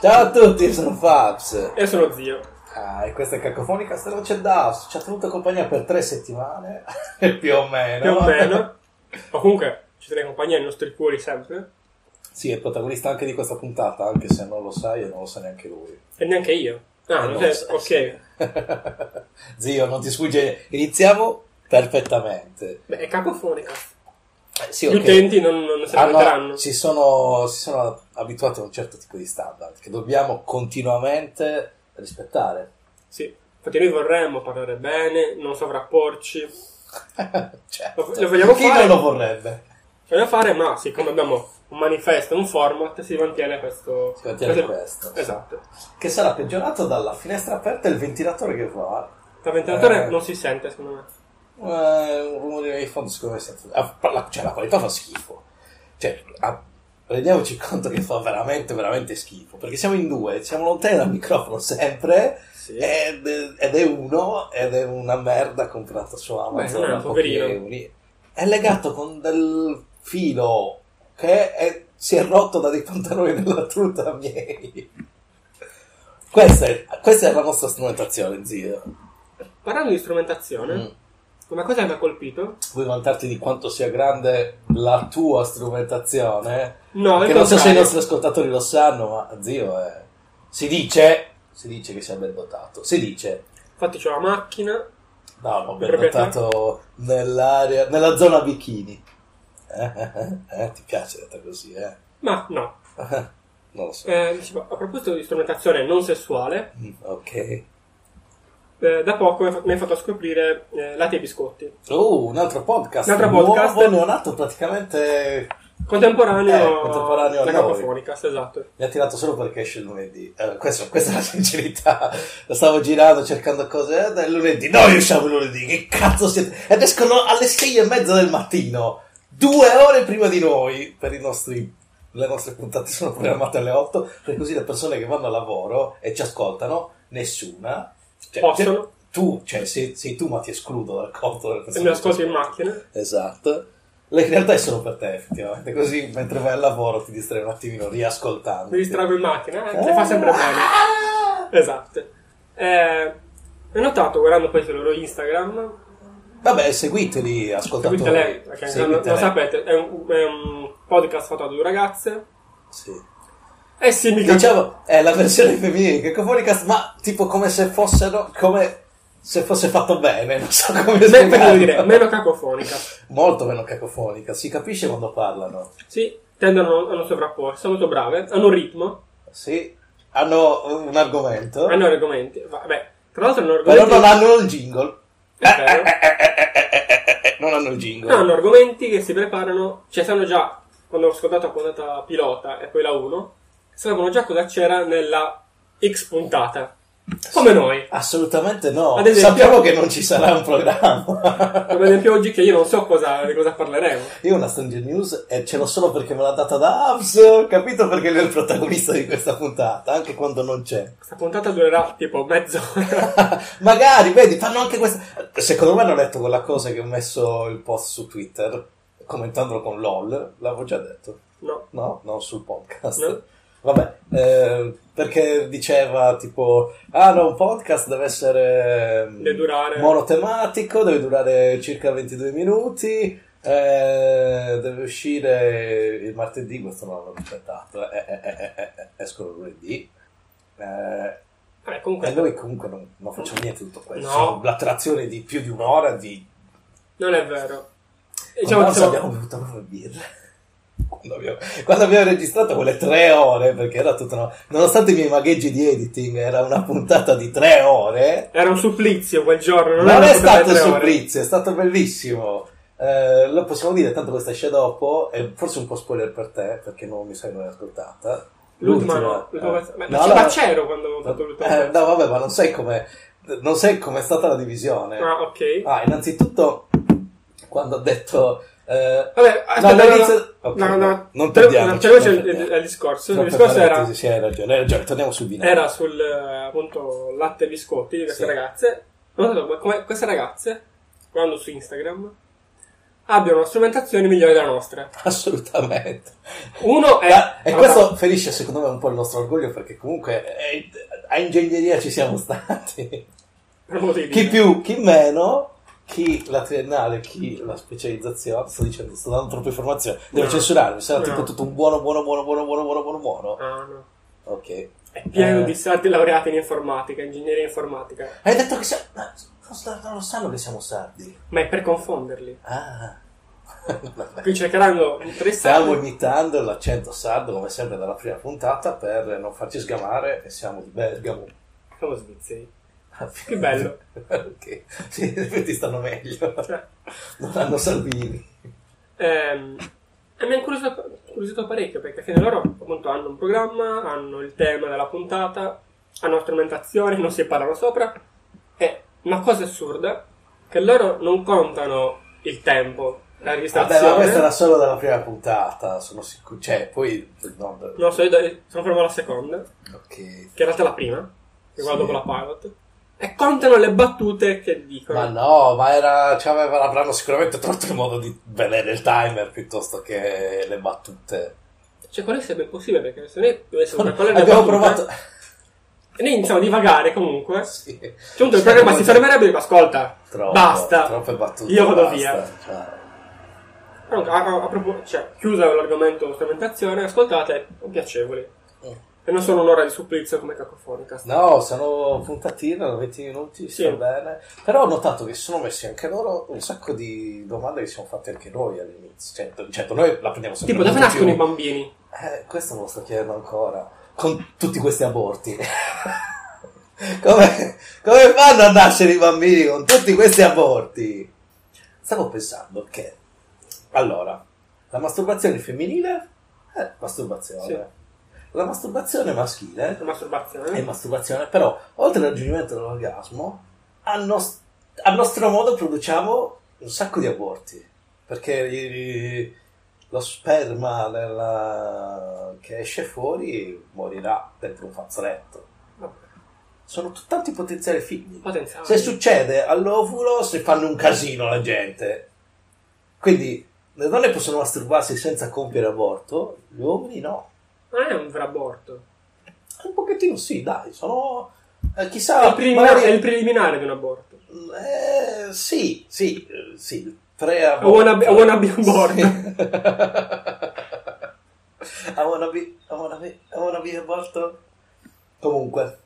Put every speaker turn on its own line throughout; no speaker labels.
Ciao a tutti, io sono Fabs.
E sono zio.
Ah, e questa è Cacofonica Stroce Daps. Ci ha tenuto compagnia per tre settimane, più o meno.
Più o meno. Ma comunque ci tiene compagnia nei nostri cuori sempre.
Sì, è protagonista anche di questa puntata, anche se non lo sai e non lo sa neanche lui.
E neanche io. Ah,
Eh,
non
non
sei-
so,
ok.
sì. Zio, non ti sfugge. Iniziamo perfettamente.
Beh, è cacofonica.
Eh, sì,
Ah, Gli
ok. Ah,
utenti non, non se ne
Hanno-
lamenteranno.
si, sono, si sono abituati a un certo tipo di standard che dobbiamo continuamente rispettare.
Sì. Infatti noi vorremmo parlare bene, non sovrapporci.
Certo.
Lo- lo vogliamo
Chi
fare?
non lo vorrebbe?
Vogliamo fare, ma siccome abbiamo un manifesto, un format, si mantiene questo...
Si mantiene questo, sì.
Esatto.
Che sarà peggiorato dalla finestra aperta e il ventilatore che va.
Il ventilatore
Eh.
non si sente, secondo me.
Eh, un rumore di fondo secondo me sento- ah, la, cioè, la qualità fa schifo cioè ah, rendiamoci conto che fa veramente veramente schifo perché siamo in due siamo lontani dal microfono sempre
Sì.
ed, ed è uno ed è una merda comprata su Amazon
Beh,
a
no,
pochi
poverino.
euro. è legato con del filo che è- si è rotto da dei pantaloni della tuta miei questa è, questa è la nostra strumentazione zio
Parlando di strumentazione,
Mm.
una cosa che mi ha colpito...
vuoi vantarti di quanto sia grande la tua strumentazione?
No,
che
il
non so se i
contrario.
nostri ascoltatori lo sanno, ma zio, eh, si dice, si dice che sia ben dotato, si dice.
Infatti c'ho la macchina,
No, no, ben
Proprietà?
dotato nell'area, nella zona bikini. Eh, eh, eh, eh, ti piace detta così, eh?
ma no.
Non lo so.
Eh, dicevo, a proposito di strumentazione non sessuale,
Mm, Ok.
eh, da poco mi ha fa- mi hai fatto scoprire eh, Latte e Biscotti.
Oh, un altro podcast.
Un altro
nuovo,
podcast.
neonato praticamente...
Contemporaneo,
Eh, contemporaneo a
la
noi.
cacofonica, esatto.
Mi ha tirato solo perché esce il lunedì. Eh, questo- questa è la sincerità. Lo stavo girando cercando cose. Eh, dai, lunedì. Noi usciamo il lunedì. Che cazzo siete? Ed escono alle sei e mezza del mattino. Due ore prima di noi. Per i nostri. Le nostre puntate sono programmate alle 8. Per così le persone che vanno a lavoro e ci ascoltano, nessuna. Cioè,
Possono.
te- tu, cioè, sei, sei tu, ma ti escludo dal conto delle
E
persone.
me
che
lo ascolto
ci
in macchina.
Esatto. Le in realtà è solo per te, effettivamente. Così mentre vai al lavoro ti distrai un attimino riascoltando.
Mi distrago in macchina, eh, che fa sempre bene.
Ah!
Esatto. Eh, ho notato, guardando poi sul loro Instagram,
Vabbè, seguiteli, ascoltatori.
seguite lei, perché non, non
Seguitele.
sapete, è un, è un podcast fatto da due ragazze.
Sì.
E sì, mi
Diciamo, è la versione femminile di Cacofonicast, ma tipo come se fossero... come se fosse fatto bene, non so come
Me- per
spiegarlo.
dire, meno cacofonica.
Molto meno cacofonica, si capisce quando parlano.
Sì, tendono a non sovrapporsi, sono molto brave, hanno un ritmo,
Sì, hanno un argomento,
hanno Ah, argomenti. Vabbè, tra l'altro hanno
però
argomenti...
non hanno il jingle.
È vero.
Eh, non hanno il jingle.
No, hanno argomenti che si preparano, cioè sanno già, quando ho ascoltato la puntata pilota e poi la 1, sapevano già cosa c'era nella X puntata. Come noi.
Assolutamente no.
Ad esempio-
Sappiamo che non ci sarà un programma.
Come ad esempio oggi che io non so cosa, di cosa parleremo.
Io una Stranger News e ce l'ho solo perché me l'ha data da Abs, capito perché lui è il protagonista di questa puntata, anche quando non c'è.
Questa puntata durerà tipo mezz'ora.
Magari, vedi, fanno anche questa... Secondo me hanno letto quella cosa che ho messo il post su Twitter, commentandolo con LOL, l'avevo già detto,
No.
no? Non sul podcast.
No.
Vabbè, eh, perché diceva tipo, ah no, un podcast deve essere... ehm,
Deve durare-
Monotematico, deve durare circa 22 minuti, eh, deve uscire il martedì, questo non l'ho rispettato, eh, eh, eh, eh, eh, escono lunedì. Eh,
Vabbè,
e
comunque
noi comunque non, non facciamo niente di tutto questo,
No.
l'attrazione di più di un'ora di...
non è vero. Diciamo,
Diciamo,
diciamo-
abbiamo bevuto nove birre. Quando abbiamo, quando abbiamo registrato quelle tre ore, perché era tutta una- Nonostante i miei magheggi di editing, era una puntata di tre ore.
era un supplizio quel giorno. Non,
Non,
era
è
una puntata
stato
di tre ore.
supplizio, è stato bellissimo. Eh, lo possiamo dire, tanto questa esce dopo, è forse un po' spoiler per te, perché non mi sei mai ascoltata. L'ultima,
L'ultima, no. L'ultima-
eh.
ma-
No,
ma
no.
c'ero quando ho fatto l'ultima.
Eh, no, vabbè, ma non sai come non sai com'è stata la divisione.
Ah, ok.
Ah, innanzitutto, quando ho detto... eh,
Vabbè,
no,
aspetta, no,
all'inizio-
no,
Ok,
no, no.
non
Però-
perdiamoci,
cioè, invece
non
il-
perdiamoci.
il discorso, il
troppe
discorso era,
parentesi, sì, hai ragione, hai ragione, torniamo sul binario.
era sul eh, appunto latte e biscotti di queste
Sì.
ragazze. Non so, ma come- queste ragazze, guardando su Instagram, abbiano una strumentazione migliore della nostra.
Assolutamente.
Uno è...
Ah, E
ah,
questo ferisce secondo me un po' il nostro orgoglio perché comunque eh, a ingegneria ci siamo stati.
per modo di
Chi
dire.
più, chi meno, chi la triennale, chi la specializzazione. Sto dicendo, sto dando troppe informazioni. Devo
No.
censurarmi, se no
No.
tipo tutto un buono, buono, buono, buono, buono, buono, buono, buono.
Ah, no.
Ok.
È pieno
Eh.
di sardi laureati in informatica, ingegneria informatica.
Hai detto che siamo... no, Non, non lo sanno che siamo sardi.
Ma è per confonderli.
Ah. Vabbè.
Qui cercheranno tre
Stiamo
sardi.
imitando l'accento sardo come sempre dalla prima puntata per non farci sgamare e siamo di Bergamo.
Siamo svizzeri. Che bello.
ok, sì, in effetti stanno meglio.
Cioè,
Non hanno Salvini.
Ehm, e mi ha incuriosito, incuriosito parecchio perché alla fine loro appunto hanno un programma, hanno il tema della puntata, hanno strumentazione, non si parlano sopra. È una cosa assurda che loro non contano il tempo, la
Vabbè, ma
registrazione.
questa era solo della prima puntata, sono sicuro. Cioè, poi... no, beh,
No, so, io do- sono fermo alla seconda, che
Ok.
in realtà è la prima, che guardo
Sì.
dopo la pilot. E contano le battute che dicono.
Ma no, ma era, cioè, aveva- avranno sicuramente tolto il modo di vedere il timer piuttosto che le battute.
Cioè, quello sarebbe impossibile perché se noi dovessimo calcolare Cioè, le
Abbiamo
battute,
provato...
E noi iniziamo a divagare comunque.
Sì.
Giunto il programma si fermerebbe e dico, ascolta,
Troppo,
basta.
Troppe battute.
Io vado
basta.
via.
Cioè,
Però, a, a- a propos- cioè, chiusa l'argomento strumentazione, ascoltate, sono piacevoli.
Mm.
E non sono un'ora di supplizio come cacofonica.
No, sono puntatine, hanno 20 minuti,
Sì.
sta bene. Però ho notato che si sono messi anche loro un sacco di domande che ci siamo fatte anche noi all'inizio. Certo, certo, noi la prendiamo sempre
Tipo, dove
molto
nascono
più-
i bambini?
Eh, questo me lo sto chiedendo ancora. Con tutti questi aborti. come, come fanno a nascere i bambini con tutti questi aborti? Stavo pensando che... Allora, la masturbazione femminile è masturbazione.
Sì.
La masturbazione maschile
La masturbazione.
e masturbazione, però oltre al raggiungimento dell'orgasmo, a, nos- a nostro modo produciamo un sacco di aborti, perché i- lo sperma della- che esce fuori morirà dentro un fazzoletto.
Vabbè,
Sono t- tanti potenziali figli.
Potenziale.
Se succede all'ovulo, si fanno un casino la gente. Quindi le donne possono masturbarsi senza compiere aborto, gli uomini no.
Non è un vero aborto.
Un pochettino sì, dai, sono... eh,
è,
chissà,
il preliminar-
magari-
è il preliminare di un aborto.
Eh, sì, sì, eh, sì. Tre a
A wannabe- a wannabe aborto.
Sì. a wannabe, a wannabe, a wannabe aborto. Comunque.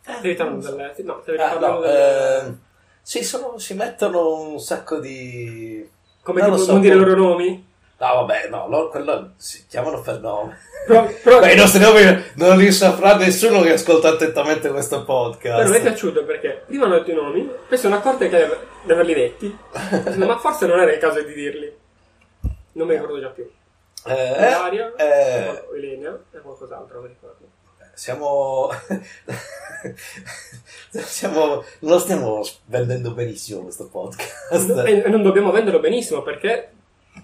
Stavi parlando delle... sì, No, stavi
Eh, Ah,
parlando
no,
delle-
ehm, sì, sono, si mettono un sacco di...
Come
non
tipo,
lo so,
non dire i
come-
loro nomi?
No, vabbè, no, loro, quello si chiamano per nome.
Però, però,
Beh, i nostri nomi non li saprà nessuno che ascolta attentamente questo
però mi è
podcast.
piaciuto perché prima hanno detto i nomi, poi sono accorte che di averli detti. Dicono, Ma forse non era il caso di dirli. Non mi ricordo già più. Ilaria,
Eh, eh,
o Elena e qualcos'altro, non mi ricordo.
Siamo... siamo... Non lo stiamo vendendo benissimo questo podcast.
E e non dobbiamo venderlo benissimo perché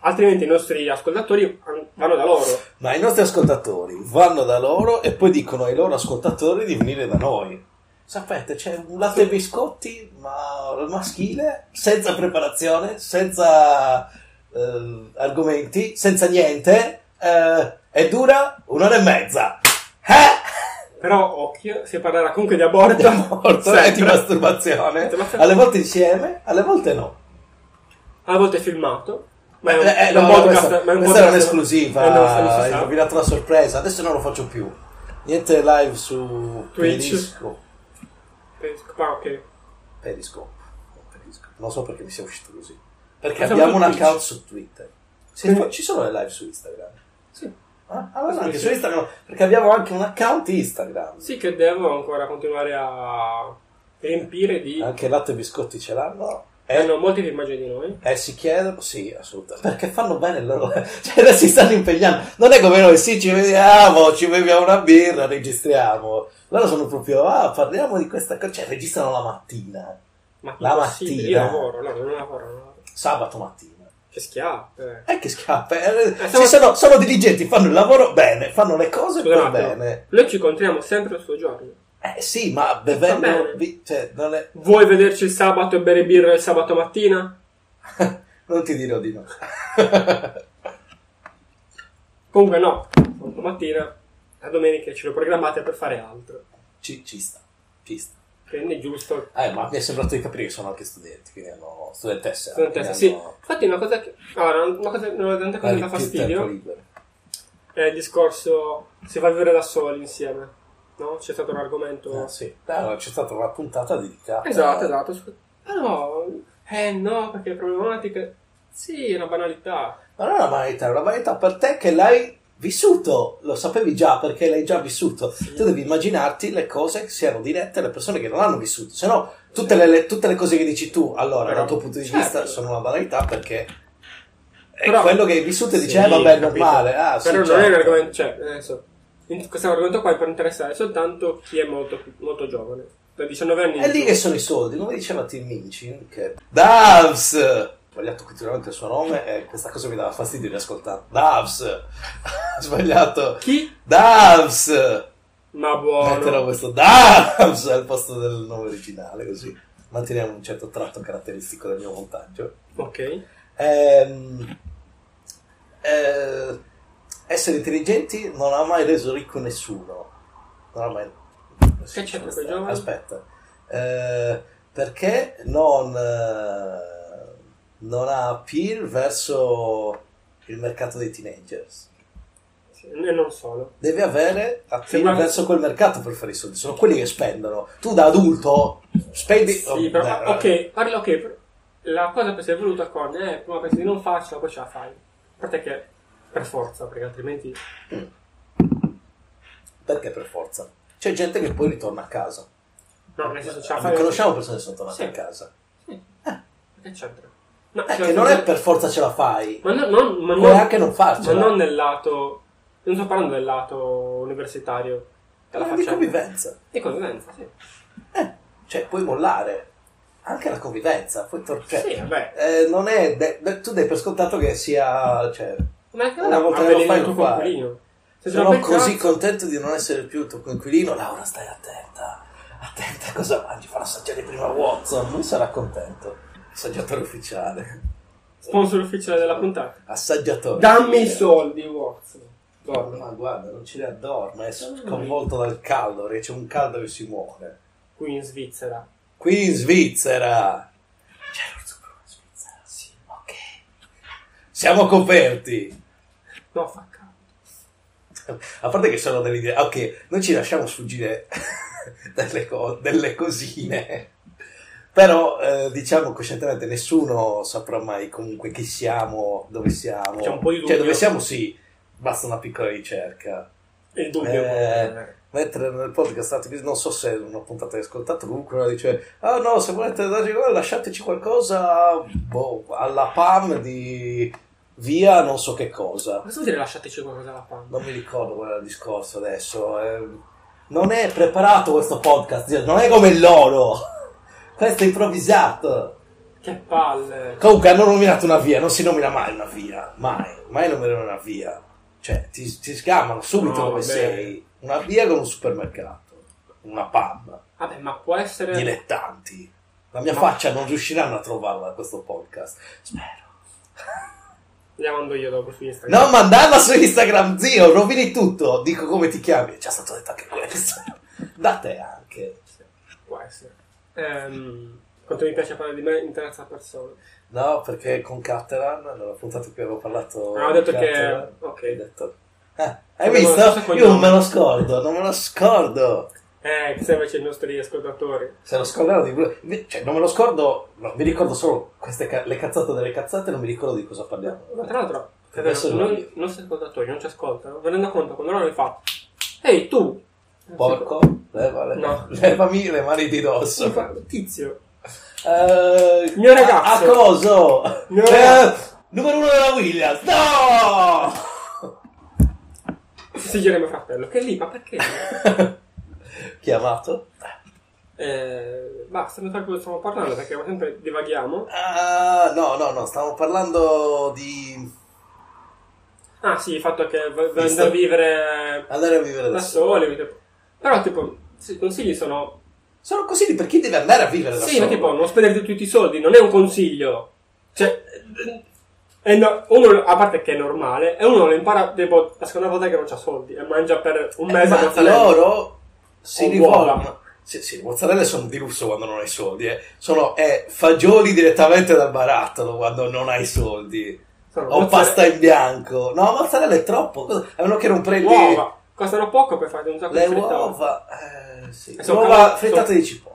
altrimenti i nostri ascoltatori an- vanno da loro.
Ma i nostri ascoltatori vanno da loro e poi dicono ai loro ascoltatori di venire da noi. Sapete, c'è un latte e biscotti, ma al maschile, senza preparazione, senza eh, argomenti, senza niente, eh, e dura un'ora e mezza. Eh?
Però occhio, si parlerà comunque di aborto.
Morto e di eh,
sempre.
masturbazione. Alle volte insieme, alle volte no.
Alla volta è filmato, ma è un,
Eh, eh,
è
no,
un
no,
podcast.
questa,
ma è un
questa era
podcast- eh, non so, non si
un'esclusiva. Hai
sa.
rovinato la sorpresa. Adesso non lo faccio più. Niente live su
Twitch.
Periscope.
Ah, ok.
Periscope. Non Periscope. Non so perché mi sia uscito così. Perché
Facciamo
abbiamo un
su Twitch.
account su Twitter. Se
Quindi-
fa- ci sono le live su Instagram.
Sì.
Ah, allora
Sì,
anche
sì.
su Instagram. Perché abbiamo anche un account Instagram.
Sì che devo ancora continuare a riempire di...
Anche latte e biscotti ce l'hanno. E
Hanno molte più immagini di noi.
Eh, si chiedono, sì, assolutamente. Perché fanno bene il loro. Cioè, adesso si stanno impegnando. Non è come noi, sì, ci vediamo, ci beviamo una birra, registriamo. Loro sono proprio, ah, parliamo di questa cosa. Cioè, registrano la mattina,
Ma
La mattina.
impossibile, Io lavoro, no, non lavoro. non lavoro.
sabato mattina.
Che schiappe.
E che scappa. eh,
siamo-
ci sono, sono diligenti, fanno il lavoro bene, fanno le cose
Scusa un
per
attimo.
bene.
Noi ci incontriamo sempre al suo giorno.
Eh, sì, ma bevendo.
bene.
vi- Cioè, non è.
Vuoi vederci il sabato e bere birra il sabato mattina?
Non ti dirò di no.
Comunque no, domattina, la domenica ce lo programmate per fare altro.
Ci, ci sta, ci sta.
Quindi è giusto.
Eh, ma mi è sembrato di capire che sono anche studenti, quindi hanno studentesse.
sono in testa.
quindi
Sì,
hanno
infatti una cosa che... Allora, una cosa, una tanta cosa che dà
più Eh, tempo
fastidio Eh.
libero.
è il discorso se vai a vivere da soli insieme, no? C'è stato un argomento...
Eh, sì. Allora, c'è stata una puntata dedicata.
Esatto, esatto. scu- Ah no, eh no, perché le problematiche... Sì, è una banalità.
Ma non è una banalità, è una banalità per te che l'hai vissuto, lo sapevi già perché l'hai già vissuto. Tu devi immaginarti le cose che siano dirette alle persone che non hanno vissuto, se no tutte le, le- tutte le cose che dici tu allora
Però-
dal tuo punto di
certo.
vista sono una banalità perché è
Però-
quello che hai vissuto e dici
Sì,
eh vabbè è
capito.
normale. Ah, sì,
Però non
certo.
è un argomento... Cioè, adesso, in- questo argomento qua è per interessare soltanto chi è molto, molto giovane. Da 19 anni... in
È lì
giù.
che sono i soldi, come diceva Tim Minchin, che... Davs! Ho sbagliato continuamente il suo nome e questa cosa mi dava fastidio di ascoltare. Davs! Ho sbagliato.
Chi?
Davs!
Ma buono.
Metterò questo Davs al posto del nome originale, così manteniamo un certo tratto caratteristico del mio montaggio.
Ok.
Ehm, eh, essere intelligenti non ha mai reso ricco nessuno. Non ha mai...
Che c'è per quei giovani?
Aspetta. Eh, perché non, eh, non ha appeal verso il mercato dei teenagers?
Sì, E non solo.
Deve avere
Se
appeal
guardi-
verso quel mercato per fare i soldi. Sono quelli che spendono. Tu da adulto spendi... Eh,
Sì, però,
Beh,
ah, ok, parla ok. però La cosa che si è voluta con eh, prima pensi di non farcela, poi ce la fai. A parte che per forza, perché altrimenti.
Perché per forza? C'è gente che poi ritorna a casa.
No, nel senso ce la
Non
Cioè, fai.
conosciamo persone che sono tornate
Sì.
a casa.
Che c'entra? No,
Eh,
cioè,
che non è per forza ce la fai.
Ma, no, non, ma,
Puoi
non,
anche non
ma
farcela.
non nel lato. Non sto parlando del lato universitario. della
Ma di
faccenda.
convivenza.
Di convivenza, sì.
Eh, cioè, puoi mollare. Anche la convivenza. Puoi tor- cioè,
Sì, vabbè.
eh, non è de- de- tu dai per scontato che sia... Cioè,
Ma anche
Una
una
volta
volta
che lo
il
fai,
tuo
lo fai.
coinquilino. Se ce la
sono
becca-
così contento di non essere più il tuo coinquilino. Laura, stai attenta. Attenta a cosa mangi. Farà assaggiare prima Watson. Lui sarà contento. Assaggiatore ufficiale.
Sponsor ufficiale della puntata.
Assaggiatore.
Dammi i soldi, Watson. Guarda.
Ma guarda, non ci addorme, è sconvolto dal caldo, c'è un caldo che si muore.
qui in Svizzera.
Qui in Svizzera! C'è lo zucchero in Svizzera? Sì, ok. Siamo coperti!
No, fa caldo.
A parte che sono delle idee... Ok, noi ci lasciamo sfuggire delle, co- delle cosine. Però, eh, diciamo coscientemente, nessuno saprà mai comunque chi siamo, dove siamo.
C'è un po' di
Cioè,
dubbio.
dove siamo sì, basta una piccola ricerca.
E il dubbio.
Eh, mentre nel podcast Arte Business, non so se è una puntata che ascoltate comunque uno dice ah no se volete darci quello, lasciateci qualcosa boh, alla PAM di via non so che cosa
Cosa vuol dire lasciateci qualcosa alla panna?
non mi ricordo qual era il discorso adesso ehm, non è preparato questo podcast zio, non è come il loro questo è improvvisato
Che palle.
comunque hanno nominato una via non si nomina mai una via mai mai nominano una via cioè ti, ti sgamano subito
No,
dove
vabbè.
sei una via con un supermercato una PAM
Vabbè, ma può essere...
dilettanti. La mia faccia non riusciranno a trovarla a questo podcast. Spero.
La mando io dopo su Instagram.
Non mandarla su Instagram, zio, rovini tutto. Dico come ti chiami. È già stato detto anche questo. Da te anche.
Può essere. Ehm, quanto mi piace parlare di me in terza persona.
No, perché con Cateran, nella puntata in cui avevo parlato...
Ah, ho detto
di
che-
Cateran,
ok.
Ho detto... Eh, hai
Avevo lo stesso
visto? Io non
cognome.
me lo scordo, non me lo scordo.
Eh, chissà invece i nostri ascoltatori.
Se lo scorderò di Blu- Cioè, non me lo scordo... no, mi ricordo solo queste ca- le cazzate delle cazzate, non mi ricordo di cosa parliamo.
Ma tra l'altro, è
Adesso
vero,
lo
non,
voglio.
i nostri ascoltatori non ci ascoltano. Mi rendo conto quando loro mi fa... Ehi, tu!
Porco, leva le-
No.
levami le mani di dosso.
Sì, fa- Tizio.
Eh,
Mio
a-
ragazzo.
A coso?
Mio
Eh,
ragazzo.
numero uno della Williams. No!
Si gira mio fratello. Che è lì, ma perché?
Chiamato.
eh, basta, non so di cosa stiamo parlando perché sempre divaghiamo.
Ah, no, no, no, stavo parlando di
Ah sì, il fatto che v- v-
Visto.
andare a vivere
andare a vivere da
da
solo.
soli. tipo. Però tipo, sì, i consigli sono...
Sono consigli per chi deve andare a vivere da
Sì,
solo. Eh,
ma tipo, non spendere tutti i soldi, non è un consiglio. Cioè, eh, no, uno, a parte che è normale, e uno lo impara tipo, la seconda volta che non c'ha soldi e mangia per un mese
Eh, Ma
mozzarella.
loro si
Con
rivolgono.
uova.
Sì, sì, le mozzarelle sono di lusso quando non hai soldi, eh. Sono eh, fagioli direttamente dal barattolo quando non hai soldi.
Sono
O
mozzarella-
pasta in bianco. No, mozzarella è troppo. cosa- A meno che non prendi
Uova, costano poco per fare un sacco
le
di frittate.
uova. Eh, sì.
E sono
Uova
calore-
frittate
sono-
di cipolla.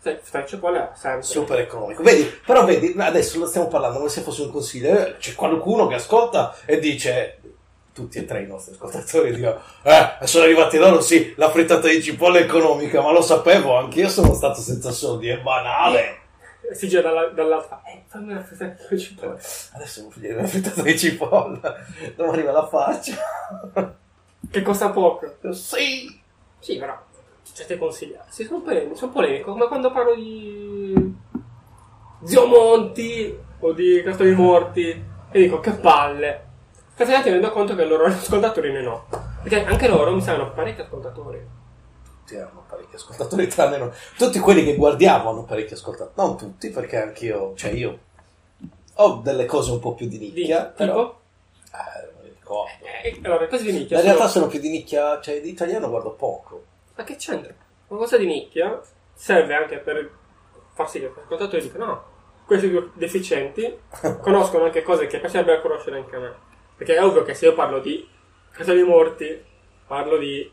Sai, frittate e cipolle sempre.
Super economico. Vedi, però vedi, adesso lo stiamo parlando come se fosse un consiglio. Eh, C'è qualcuno che ascolta e dice, tutti e tre i nostri ascoltatori dicono, eh, sono arrivati loro, sì, la frittata di cipolla è economica, ma lo sapevo, anche io sono stato senza soldi, è banale.
Si gira dalla- dall'altra. Eh, fammi una frittata di cipolle.
Adesso devo finire la frittata di cipolla, non arriva la faccia.
Che costa poco.
sì.
Sì, però certe consiglia. Sì, sono polemico, sono polemico, come quando parlo di Zio Monti o di Castori Morti e dico che palle. Praticamente mi rendo conto che loro hanno ascoltatori e no. Perché anche loro mi sanno parecchi ascoltatori.
Tutti hanno parecchi ascoltatori, tranne noi. Tutti quelli che guardiamo hanno parecchi ascoltatori. Non tutti, perché anch'io, cioè io ho delle cose un po' più di
Di,
nicchia, però...
tipo?
Eh, non mi ricordo.
Eh, allora, cose di nicchia.
In
sono-
realtà sono più di nicchia, cioè di italiano guardo poco.
Ma che c'entra? Una cosa di nicchia serve anche per far sì che l'ascoltatore dica no, questi due deficienti conoscono anche cose che piacerebbe conoscere anche a me. Perché è ovvio che se io parlo di Casa dei Morti, parlo di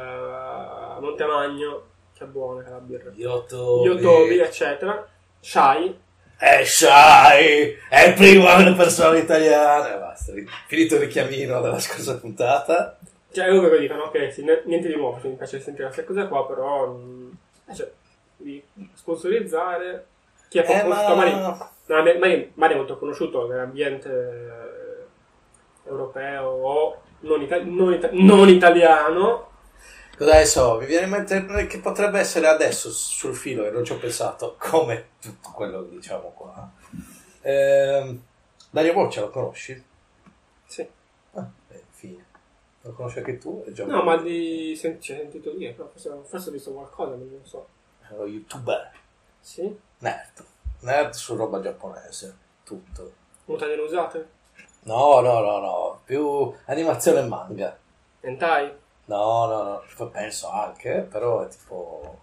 eh, Montemagno, che è buona che è la birra,
Yotobi. eh.
Yotobi, eccetera, Shai,
È shy, eh, è prima una persona italiana. E basta, ri- finito il richiamino della scorsa puntata.
cioè è ovvio che dicono ok, sì, n- niente di nuovo, mi piace sentire queste cose qua, però mm, eh, cioè, di sponsorizzare chi è
Eh,
composto, ma... lì-
ma...
No, Mari- Mari Mari è molto conosciuto nell'ambiente eh, europeo o non, ita- non ita- non italiano.
Cosa ne so, mi viene in mente che potrebbe essere adesso sul filo e non ci ho pensato, come tutto quello che diciamo qua. Ehm, Dario Boccia lo conosci?
Sì.
Ah, beh, fine. Lo conosci anche tu? È già
No, ma di sen- ci ho sentito dire, però forse, forse ho visto qualcosa, non lo so.
È uno youtuber.
Sì?
Nerd. Nerd su roba giapponese. Tutto.
Mutande usate?
No, no, no, no. Più animazione e manga.
Entai?
No, no, no. Penso anche, però è tipo...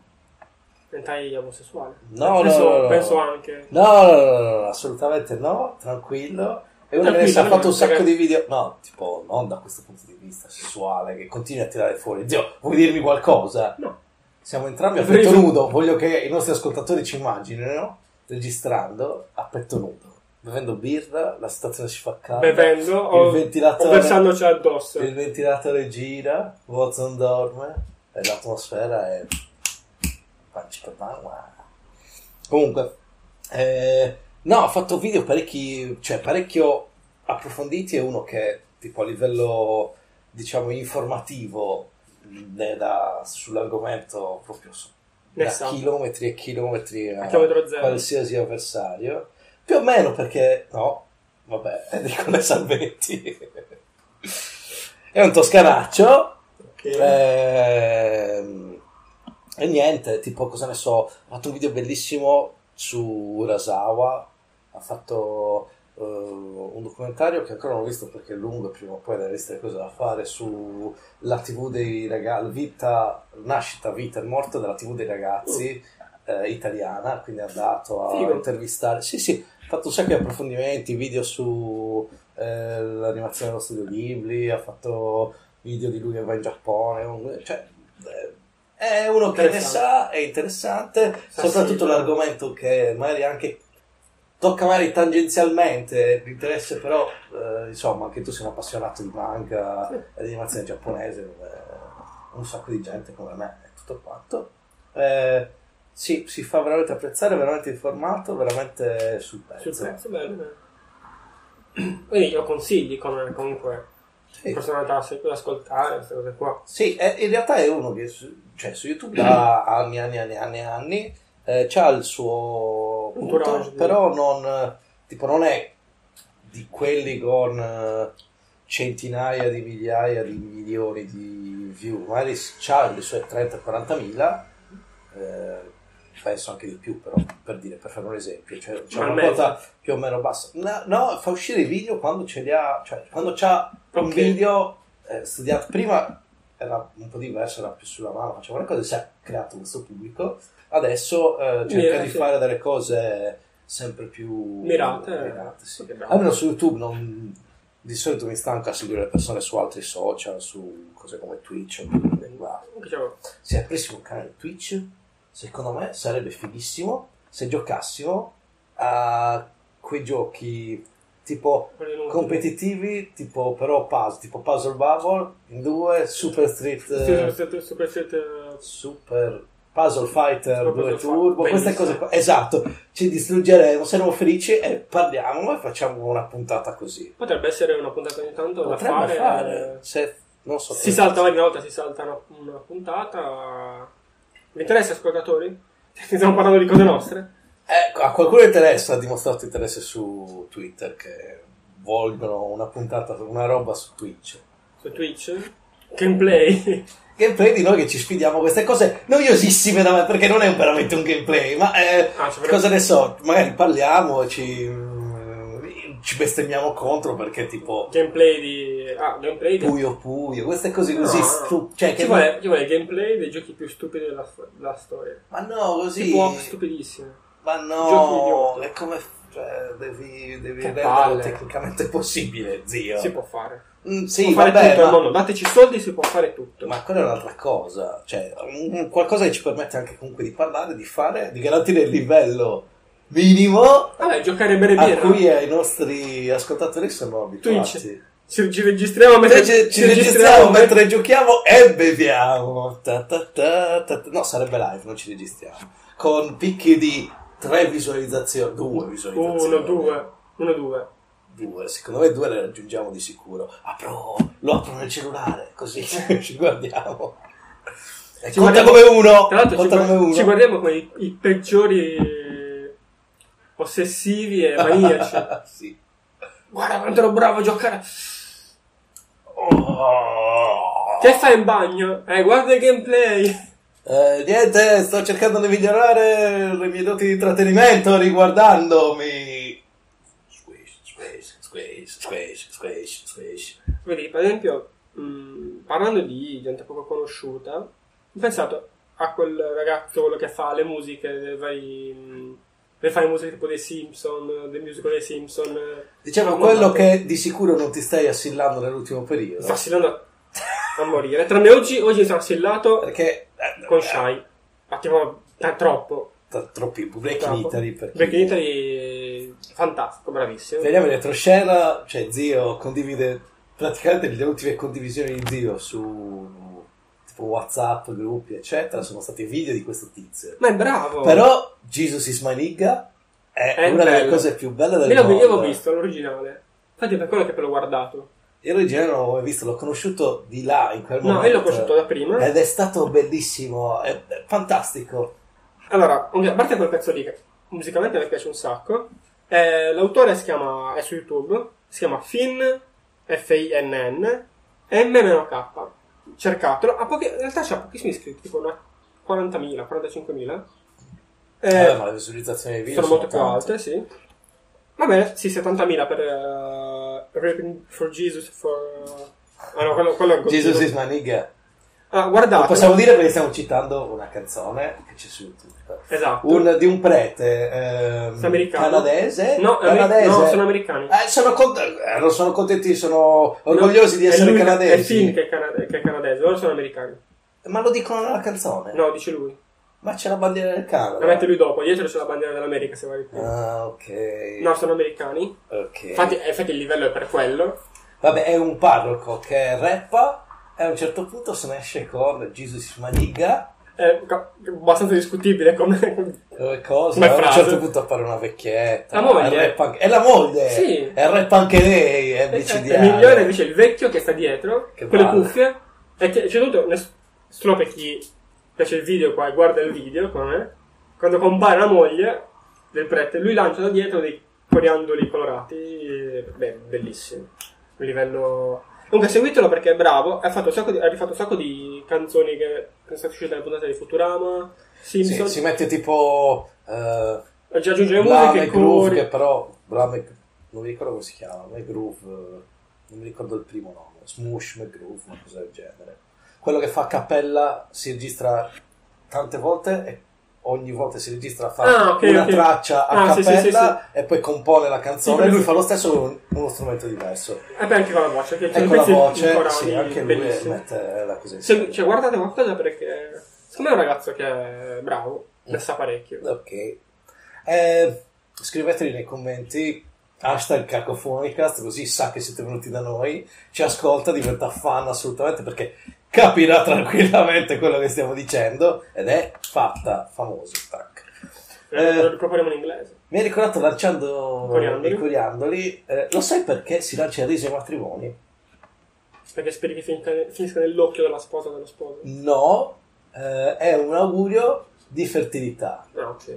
Entai omosessuale?
No,
penso,
no, no, no.
penso anche.
No, no, no, no, no, assolutamente no. Tranquillo. E uno che ne
Tranquillo,
sa, ha fatto un sacco
perché-
di video. No, tipo, non da questo punto di vista sessuale, che continui a tirare fuori. Zio, vuoi dirmi qualcosa?
No.
Siamo entrambi a
Avrei
petto
fatto-
nudo. Voglio che i nostri ascoltatori ci immaginino registrando a petto nudo. Bevendo birra, la situazione si fa calda.
Bevendo o,
il ventilatore-
o versandoci addosso.
Il ventilatore gira, Watson dorme e l'atmosfera è... Panci per mano, ma- Comunque, eh, no, ho fatto video parecchi, cioè parecchio approfonditi e uno che tipo a livello, diciamo, informativo ne dà sull'argomento proprio su,
Ne
da
sa.
chilometri e chilometri
A chilometro zero.
qualsiasi avversario. Più o meno perché, no, vabbè, dico le salvetti. È un toscanaccio.
Ok.
Eh, ehm, E niente, tipo, cosa ne so, ha fatto un video bellissimo su Urasawa, ha fatto eh, un documentario che ancora non ho visto perché è lungo e prima o poi deve essere cose da fare sulla tv dei ragazzi, vita, nascita, vita e morte della tv dei ragazzi eh, italiana, quindi è andato a
Figo.
intervistare, sì sì, ha fatto un sacco di approfondimenti, video su eh, l'animazione dello studio Ghibli, ha fatto video di lui che va in Giappone, un- cioè eh, è uno che ne
Interessante.
sa, è interessante,
Sa
soprattutto
sì.
l'argomento che magari anche tocca magari tangenzialmente l'interesse, però eh, insomma anche tu sei un appassionato di manga
Sì.
e di animazione giapponese, eh, un sacco di gente come me e tutto quanto. Eh, sì, si fa veramente apprezzare, veramente informato, veramente sul
Sul
pezzo.
pezzo, bello, bello. Quindi io consigli come comunque
Sì.
personalità se- da ascoltare, queste cose qua.
Sì, è- in realtà è uno che su, cioè, su YouTube
Mm.
da anni, anni, anni, anni, anni, eh, c'ha il suo
Entourage,
punto,
sì.
però non, eh, tipo, non è di quelli con eh, centinaia di migliaia di milioni di view, magari s- c'ha le sue 30-40 mila, eh, penso anche di più però per dire per fare un esempio cioè, c'è
Ma
una
al
quota più o meno bassa no, no, fa uscire i video quando ce li ha cioè quando c'ha un
Ok.
video eh, studiato prima era un po' diverso era più sulla mano faceva le cose si è creato questo pubblico adesso eh, cerca
Mira,
di
sì.
fare delle cose sempre più
Mirate. eh.
mirate, sì.
Ok, bravo.
almeno su youtube non- di solito mi stanco a seguire le persone su altri social su cose come twitch
Mm.
o guarda
Dicevo,
se aprissimo un canale Twitch, secondo me sarebbe fighissimo se giocassimo a quei giochi tipo
quelli non-
competitivi, tipo però puzzle, tipo Puzzle Bubble in due, Super Street,
Sì,
eh,
sì, sì, Super Street, eh,
Super Puzzle Fighter 2
Super Puzzle
Turbo,
Fighter,
queste
bellissimo.
cose qua. Esatto, ci distruggeremo, saremo felici e parliamo e facciamo una puntata così.
Potrebbe essere una puntata ogni tanto da
Potremmo
fare. Eh,
fare, se non so
Si salta ogni volta, si salta una, una puntata. Vi interessa, ascoltatori? Stiamo parlando di cose nostre.
Ecco, a qualcuno interessa, ha dimostrato interesse su Twitter che vogliono una puntata, una roba su Twitch.
Su Twitch. Gameplay.
Gameplay di noi che ci sfidiamo a queste cose noiosissime da me, perché non è veramente un gameplay, ma eh,
Ah, ci
cosa ne so, magari parliamo, ci, ci bestemmiamo contro perché tipo
Gameplay di. Ah, gameplay di.
puio puio, queste cose
No,
così
no.
stru- cioè,
Ci
che
vuole, ci vuole gameplay dei giochi più stupidi della, della storia.
Ma no, così...
Tipo app stupidissime.
Ma
Giochi
no,
idioti.
è come... cioè, devi, devi
Che
renderlo
palle.
tecnicamente possibile, zio.
Si può fare.
Mm,
Si
sì,
può fare
vabbè,
tutto
ma-
al mondo. Dateci soldi, si può fare tutto.
Ma quella è un'altra cosa, cioè un- un qualcosa che ci permette anche comunque di parlare, di fare, di garantire il livello minimo
Vabbè, giocare e bere
a
birra.
cui i nostri ascoltatori sono abituati.
Twitch. Ci, ci registriamo mentre
Noi ci, ci registriamo mentre giochiamo e beviamo. Ta, ta, ta, ta, ta. No, sarebbe live, non ci registriamo. Con picchi di tre visualizzazioni, due visualizzazioni.
Uno, due. Uno, due.
Due, secondo me due le raggiungiamo di sicuro. Apro, lo apro nel cellulare, così ci guardiamo. E
Ci
conta
guardiamo-
come uno!
Tra l'altro, ci,
Conta come
guard-
uno.
ci guardiamo con i, i peggiori eh, ossessivi e maniaci.
sì.
Guarda quanto ero bravo a giocare.
Oh.
Che fai in bagno? Eh, guarda il gameplay.
Eh, niente, sto cercando di migliorare le mie doti di intrattenimento riguardandomi. Squish, squish, squish, squish, squish, squish.
Vedi, per esempio, mh, parlando di gente poco conosciuta, ho pensato a quel ragazzo quello che fa le musiche, le vari, mh, le fa le musiche tipo dei Simpson, del musical dei Simpson. eh,
Diciamo
non
quello
guardate.
che di sicuro non ti stai assillando nell'ultimo
Mi
periodo.
sta assillando a- a morire. Tranne oggi, oggi mi sono assillato
Perché eh,
con
eh,
Shai. Attimo, t- troppo.
t- troppi Black in
Troppo.
Italy perché
Perché in Italy è fantastico, bravissimo.
vediamo in retroscena cioè zio condivide praticamente le ultime condivisioni di zio su tipo whatsapp gruppi eccetera sono stati video di questo tizio
Ma è bravo.
però Jesus is my nigga è,
È
una delle
bello.
cose più belle del
Io l'ho-
mondo
io l'ho visto l'originale. Infatti, è per quello che l'ho guardato.
io l'originale non l'avevo mai visto l'ho conosciuto di là in quel
No,
momento Eh.
io l'ho conosciuto da prima.
ed è stato bellissimo è, è fantastico
Allora, ok, a parte quel pezzo lì che musicalmente mi piace un sacco, eh, l'autore si chiama, è su YouTube, si chiama Finn, F-I-N-N, M-K, cercatelo, ha pochi- in realtà c'ha pochissimi iscritti, tipo una 40.000, 45.000, Eh,
Vabbè, ma le visualizzazioni dei video
sono molto più
tante.
alte, sì. Vabbè, sì, 70.000 per eh, Raping for Jesus, for... Ah no, quello, quello è un
Jesus
continuo.
is my nigga
Allora,
Lo
guardate.
possiamo dire perché stiamo citando una canzone che c'è su YouTube.
Esatto.
Un- di un prete ehm,
Americano.
canadese.
No, ameri-
canadese.
no, sono americani.
Eh, sono cont- eh, non sono contenti, sono orgogliosi di
No, è
essere
lui- È
canadesi.
Finn che è, canade- che è canadese, loro sono americani.
Ma lo dicono nella canzone.
No, dice lui.
Ma c'è la bandiera del Canada.
La mette lui dopo, dietro c'è la bandiera dell'America se vai più.
Ah, ok.
No, sono americani.
Ok.
Infatti, eh, infatti il livello è per quello.
Vabbè, è un parroco che rappa e a un certo punto se ne esce con Jesus Maniga.
È ca- abbastanza discutibile come...
eh, Cosa?
Come
a un
frase.
certo punto appare una vecchietta.
La moglie.
E rappa anche- È la moglie.
Sì.
E rappa anche lei. È
Eh, eh,
micidiale.
Il migliore invece è il vecchio che sta dietro,
Che
con le
palle.
cuffie. E che c'è tutto... ness- Solo per chi piace il video qua e guarda il video, come me, quando compare la moglie del prete, lui lancia da dietro dei coriandoli colorati. eh, Beh, bellissimi. Un livello... Comunque seguitelo perché è bravo, ha, fatto un sacco di- ha rifatto un sacco di canzoni che sono state uscite dalle puntate di Futurama.
Sì,
Simpson.
si mette tipo eh,
Ci aggiunge le
Blame
musiche,
Groove,
cori.
che però Blame, non mi ricordo come si chiama, McGroove, eh, non mi ricordo il primo nome, Smoosh McGroove, una cosa del genere. Quello che fa a cappella si registra tante volte e ogni volta si registra fa
Ah, ok,
una
ok.
traccia a
Ah, sì,
cappella
sì,
e poi compone la canzone
Sì,
e lui
sì.
fa lo stesso con uno strumento diverso.
E poi anche con la voce. Che c'è
e
un
con Ecco la
pezzo di
voce,
corali
sì, anche lui
bellissimi.
mette la cosa insieme.
Se- cioè, guardate qualcosa perché... Secondo me è un ragazzo che è bravo,
Mm.
ne sa parecchio.
Ok. Eh, scriveteli nei commenti hashtag cacofonicast così sa che siete venuti da noi, ci ascolta, diventa fan assolutamente perché capirà tranquillamente quello che stiamo dicendo ed è fatta, famoso. tac. Eh.
Lo proponiamo in inglese.
Mi hai ricordato lanciando
I coriandoli.
i coriandoli, eh, lo sai perché si lancia il riso ai matrimoni?
Perché speri che finisca, finisca nell'occhio della sposa dello sposo.
No, eh, è un augurio di fertilità.
Ah, ok.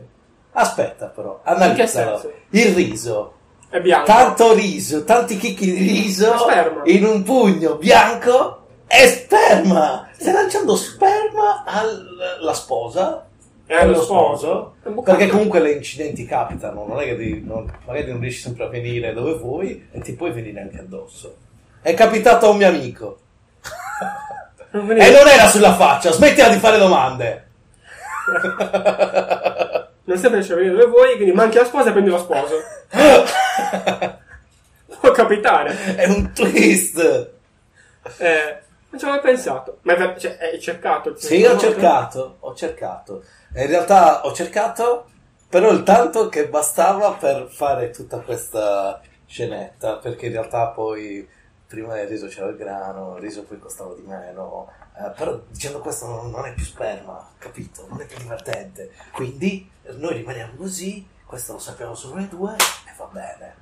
Aspetta però,
che
analizzalo.
senso?
Il riso
È bianco.
tanto riso, tanti chicchi di riso
Sperma.
in un pugno bianco e sperma. Stai lanciando sperma alla sposa
E allo
allo
sposo? È un boccato.
Perché comunque le incidenti capitano, non è che ti- non- magari non riesci sempre a venire dove vuoi e ti puoi venire anche addosso. È capitato a un mio amico.
Non
E
venire-
non era sulla faccia, smettila di fare domande.
Non sempre riesci a venire dove vuoi, quindi manchi la sposa e prendi lo sposo. Può capitare.
È un twist.
Eh, non ci avevo mai pensato. Ma è ver- cioè, hai cercato? il
Sì, ho
modo?
cercato, ho cercato. In realtà ho cercato, però il tanto che bastava per fare tutta questa scenetta, perché in realtà poi prima del riso c'era il grano, il riso poi costava di meno, eh, però dicendo questo non, non è più sperma, capito? Non è più divertente. Quindi noi rimaniamo così, questo lo sappiamo solo noi due e va bene.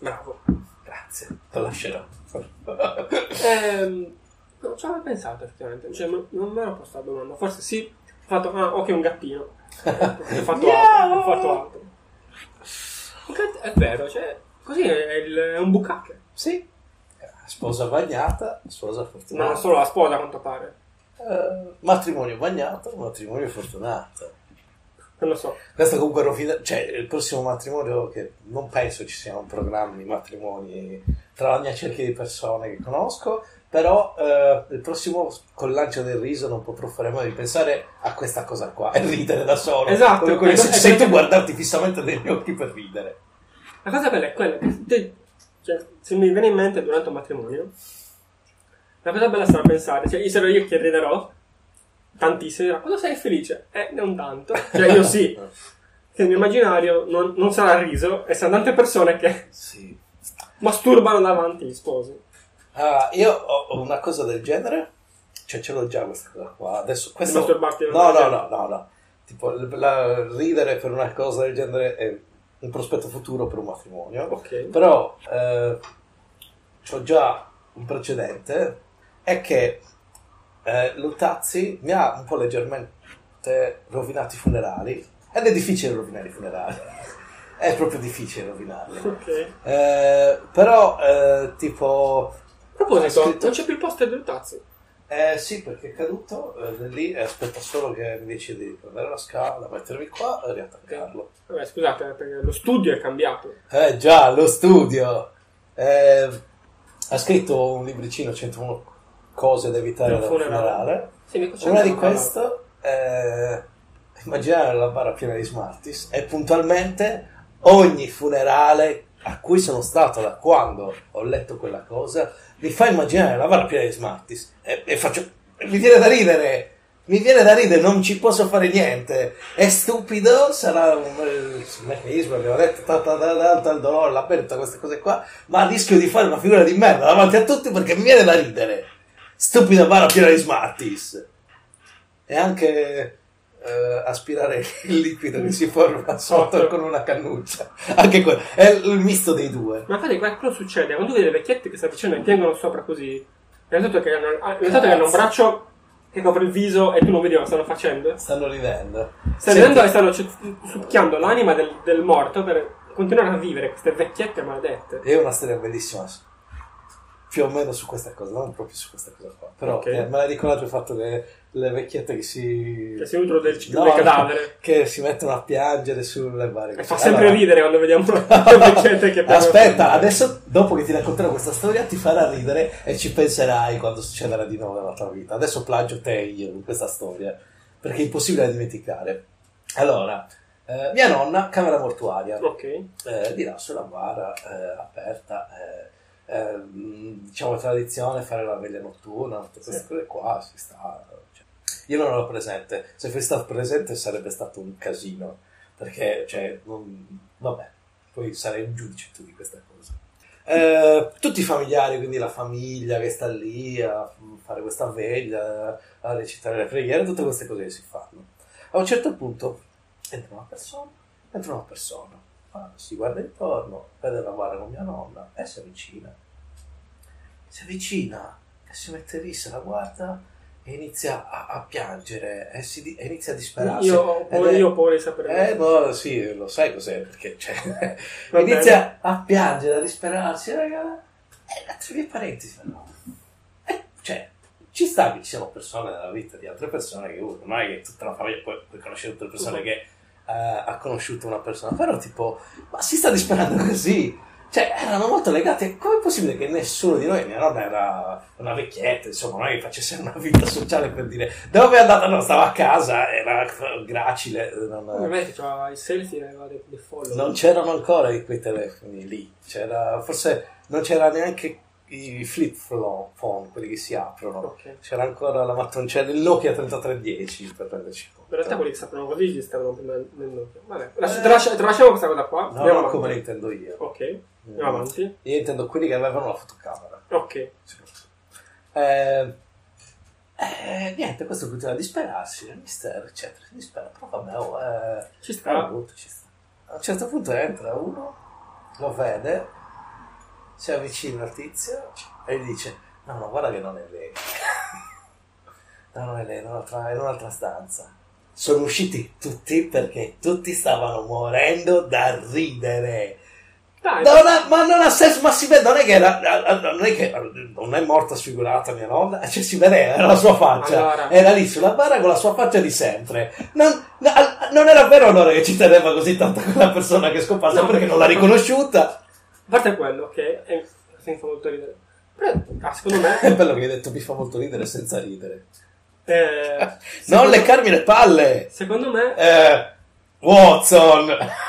Bravo.
Grazie, lo lascerò.
Ehm, non ci avevo mai pensato effettivamente. Cioè, non, non me l'ho posta la domanda. Forse sì. Ho fatto, ah, ok, un gattino. ho fatto altro. Ho fatto altro. Un gatt- è vero, cioè, così è, il- è un bucacche.
Sì, Eh, sposa bagnata, sposa
Ma
fortunata.
non solo la sposa, a quanto pare.
Eh, matrimonio bagnato, matrimonio fortunato.
Non lo so.
Questo comunque ero fida- cioè il prossimo matrimonio che non penso ci sia un programma di matrimoni tra la mia cerchia di persone che conosco, però eh, il prossimo col lancio del riso non potrò fare mai di pensare a questa cosa qua e ridere da solo.
Esatto,
Come quelli-
è-
se
è-
ci sei tu guardarti fissamente negli occhi per ridere.
La cosa bella è quella che te- cioè, se mi viene in mente durante un matrimonio, la cosa bella sarà pensare, cioè io sarò io che riderò tantissimo, dirò, quando sei felice? Eh, non tanto. Cioè io sì, che il mio immaginario non, non sarà riso e saranno tante persone che
Sì.
masturbano davanti gli sposi.
Ah, io ho ho una cosa del genere, cioè ce l'ho già questa cosa qua. Adesso questo...
masturbarti
No,
davanti
no,
al-
no, no, no. Tipo, l- la- ridere per una cosa del genere è un prospetto futuro per un matrimonio.
Ok.
Però eh, ho già un precedente, è che eh, Lutazzi mi ha un po' leggermente rovinato i funerali. Ed è difficile rovinare i funerali. È proprio difficile rovinarli.
Ok.
Eh, però, eh, tipo...
A proposito,
ha scritto-
non c'è più il poster del tazzo.
eh sì, perché è caduto eh, lì e aspetta solo che invece di prendere la scala, mettermi qua e riattaccarlo.
Vabbè, scusate, eh, perché lo studio è cambiato.
Eh già, lo studio! Eh, ha scritto un libricino 101 cose da evitare
Del
dal
funerale.
funerale.
Sì, mi
Una di
queste
queste è immaginare la barra piena di Smarties e puntualmente ogni funerale a cui sono stato da quando ho letto quella cosa mi fa immaginare la barra piena di Smarties e, e faccio mi viene da ridere mi viene da ridere non ci posso fare niente è stupido sarà un eh, meccanismo abbiamo detto ta, ta, ta, ta, ta, il dolore la perdita queste cose qua ma rischio di fare una figura di merda davanti a tutti perché mi viene da ridere stupida barra piena di Smarties e anche eh, aspirare il liquido che si forma sotto con una cannuccia. Anche quello è il misto dei due.
Ma infatti qua- quello succede, quando vedi le vecchiette che si avvicinano e tengono sopra così, nel senso che hanno, ah, nel senso che hanno un
Cazzo.
braccio che copre il viso e tu non vedi cosa stanno facendo.
Stanno ridendo.
Stanno vedendo e stanno c- succhiando l'anima del, del morto per continuare a vivere queste vecchiette maledette.
È una storia bellissima. Più più o meno su questa cosa, non proprio su questa cosa qua. Però
Ok.
eh, me l'hai ricordato il fatto che le vecchiette che si...
Che si nutrono del, del
No,
cadavere.
Che si mettono a piangere sulle varie
E
cose.
fa sempre
Allora,
ridere quando vediamo la gente che
Aspetta, adesso dopo che ti racconterò questa storia ti farà ridere e ci penserai quando succederà di nuovo nella tua vita. Adesso plagio te io in questa storia, perché è impossibile da dimenticare. Allora, eh, mia nonna, camera mortuaria,
Ok.
eh, di là sulla bara eh, aperta, eh, ehm, diciamo la tradizione, fare la veglia notturna, tutte queste
Sì.
cose qua, si sta... cioè, io non ero presente, se fossi stato presente sarebbe stato un casino, perché, cioè, non- vabbè, poi sarei un giudice tu di questa cosa. Eh, tutti i familiari, quindi la famiglia che sta lì a fare questa veglia, a recitare le preghiere, tutte queste cose che si fanno. A un certo punto entra una persona, entra una persona, Ah, si guarda intorno, vede la bara con mia nonna e si avvicina. Si avvicina e si mette lì, se la guarda e inizia a, a piangere e, si di- e inizia a disperarsi.
Io ho, paura-
Ed è-
io ho paura di sapere.
eh no, sì, lo sai cos'è, perché cioè,
Va bene.
inizia a piangere, a disperarsi, raga, Eh, e altri miei parenti fanno. Eh, cioè, ci sta che ci siano persone nella vita di altre persone che uh, ormai è tutta la famiglia puoi, puoi conoscere tutte le persone che eh, ha conosciuto una persona, però tipo, ma si sta disperando così? Cioè, erano molto legate. Com'è possibile che nessuno di noi, mia nonna era una vecchietta, insomma, non è che facesse una vita sociale per dire dove è andata? No, stava a casa, era gracile, non,
Ovviamente c'ha il selfie e dei, dei follow.
non c'erano ancora i- quei telefoni lì, c'era, forse non c'era neanche i flip flo- phone, quelli che si aprono,
Ok.
c'era ancora la mattoncella, il Nokia 3310 per prenderci conto.
In realtà quelli che sapevano così ci stavano prima nel Nokia. Vabbè,
Eh.
lascia- tralascia- tralasciamo questa cosa qua.
No,
Andiamo
non come ne
avanti.
intendo io.
Ok,
Mm.
andiamo avanti.
Io intendo quelli che avevano la fotocamera.
Ok.
Eh, eh, niente, questo continua a disperarsi, il mistero, eccetera, si dispera, però vabbè, oh, eh,
Ci
Ah,
sta.
brutto, ci sta. A un certo punto entra uno, lo vede, si avvicina al tizio e gli dice: No, no, guarda che non è lei. no, non è lei, è in un'altra, è in un'altra stanza. Sono usciti tutti perché tutti stavano morendo da ridere.
Dai,
Non ha- ma non ha senso, ma si vede, non è che era, non è che non è morta sfigurata mia nonna, cioè si vedeva, era la sua faccia,
Allora.
era lì sulla bara con la sua faccia di sempre. Non, no, al- non era vero allora che ci teneva così tanto quella persona che è scomparsa
No.
perché non l'ha riconosciuta.
a parte quello che è senza molto ridere. Però, ah, secondo
È
me...
bello che hai detto, mi fa molto ridere senza ridere.
eh,
Non
secondo-
leccarmi le palle!
Secondo me...
Eh, Watson!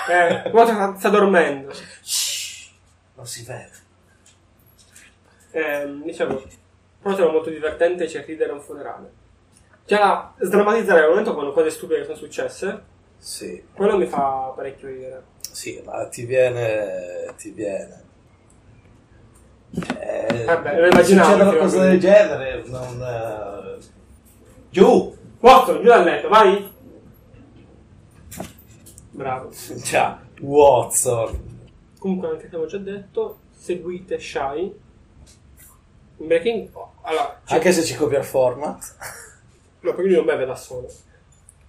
Eh, Watson sta, sta dormendo.
Shh, non si vede.
Ehm, dicevo, però trovo molto divertente c'è ridere a un funerale. Già, sdrammatizzare al momento con cose stupide che sono successe,
Sì,
quello mi fa parecchio ridere.
sì, ma ti viene, ti viene. Eh,
Vabbè, lo immaginavo,
succede una
però,
cosa del
quindi.
genere, non... eh, Giù!
Watson, giù dal letto, vai! Bravo.
Ciao, Cioè, Watson.
Comunque, anche se avevo già detto, seguite Shy. In Breaking... oh, allora, cioè,
Anche se ci copia il format.
no, perché lui non beve da solo.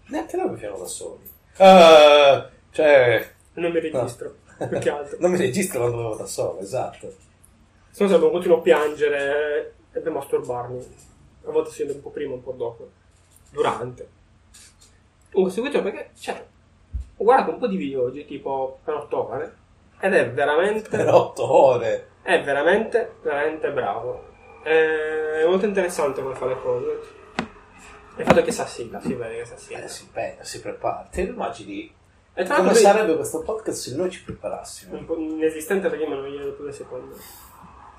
Neanche noi beviamo da soli. Eh, cioè...
Non mi registro, più che altro.
non mi registro quando bevo da solo, esatto.
Se no sarebbe continuo a piangere eh, e a masturbarmi. A volte si vede un po' prima, un po' dopo. Durante. Comunque seguitelo perché, cioè, ho guardato un po' di video oggi, tipo per otto ore, ed è
Per
veramente,
otto ore.
è veramente, veramente bravo. È molto interessante come fa le cose. E il fatto che si assilla, si vede che si assilla.
Eh, si impegna, si prepara. Te lo immagini
E tra
come
l'altro lui-
sarebbe questo podcast se noi ci preparassimo?
un po' inesistente perché me lo glielo più due secondi.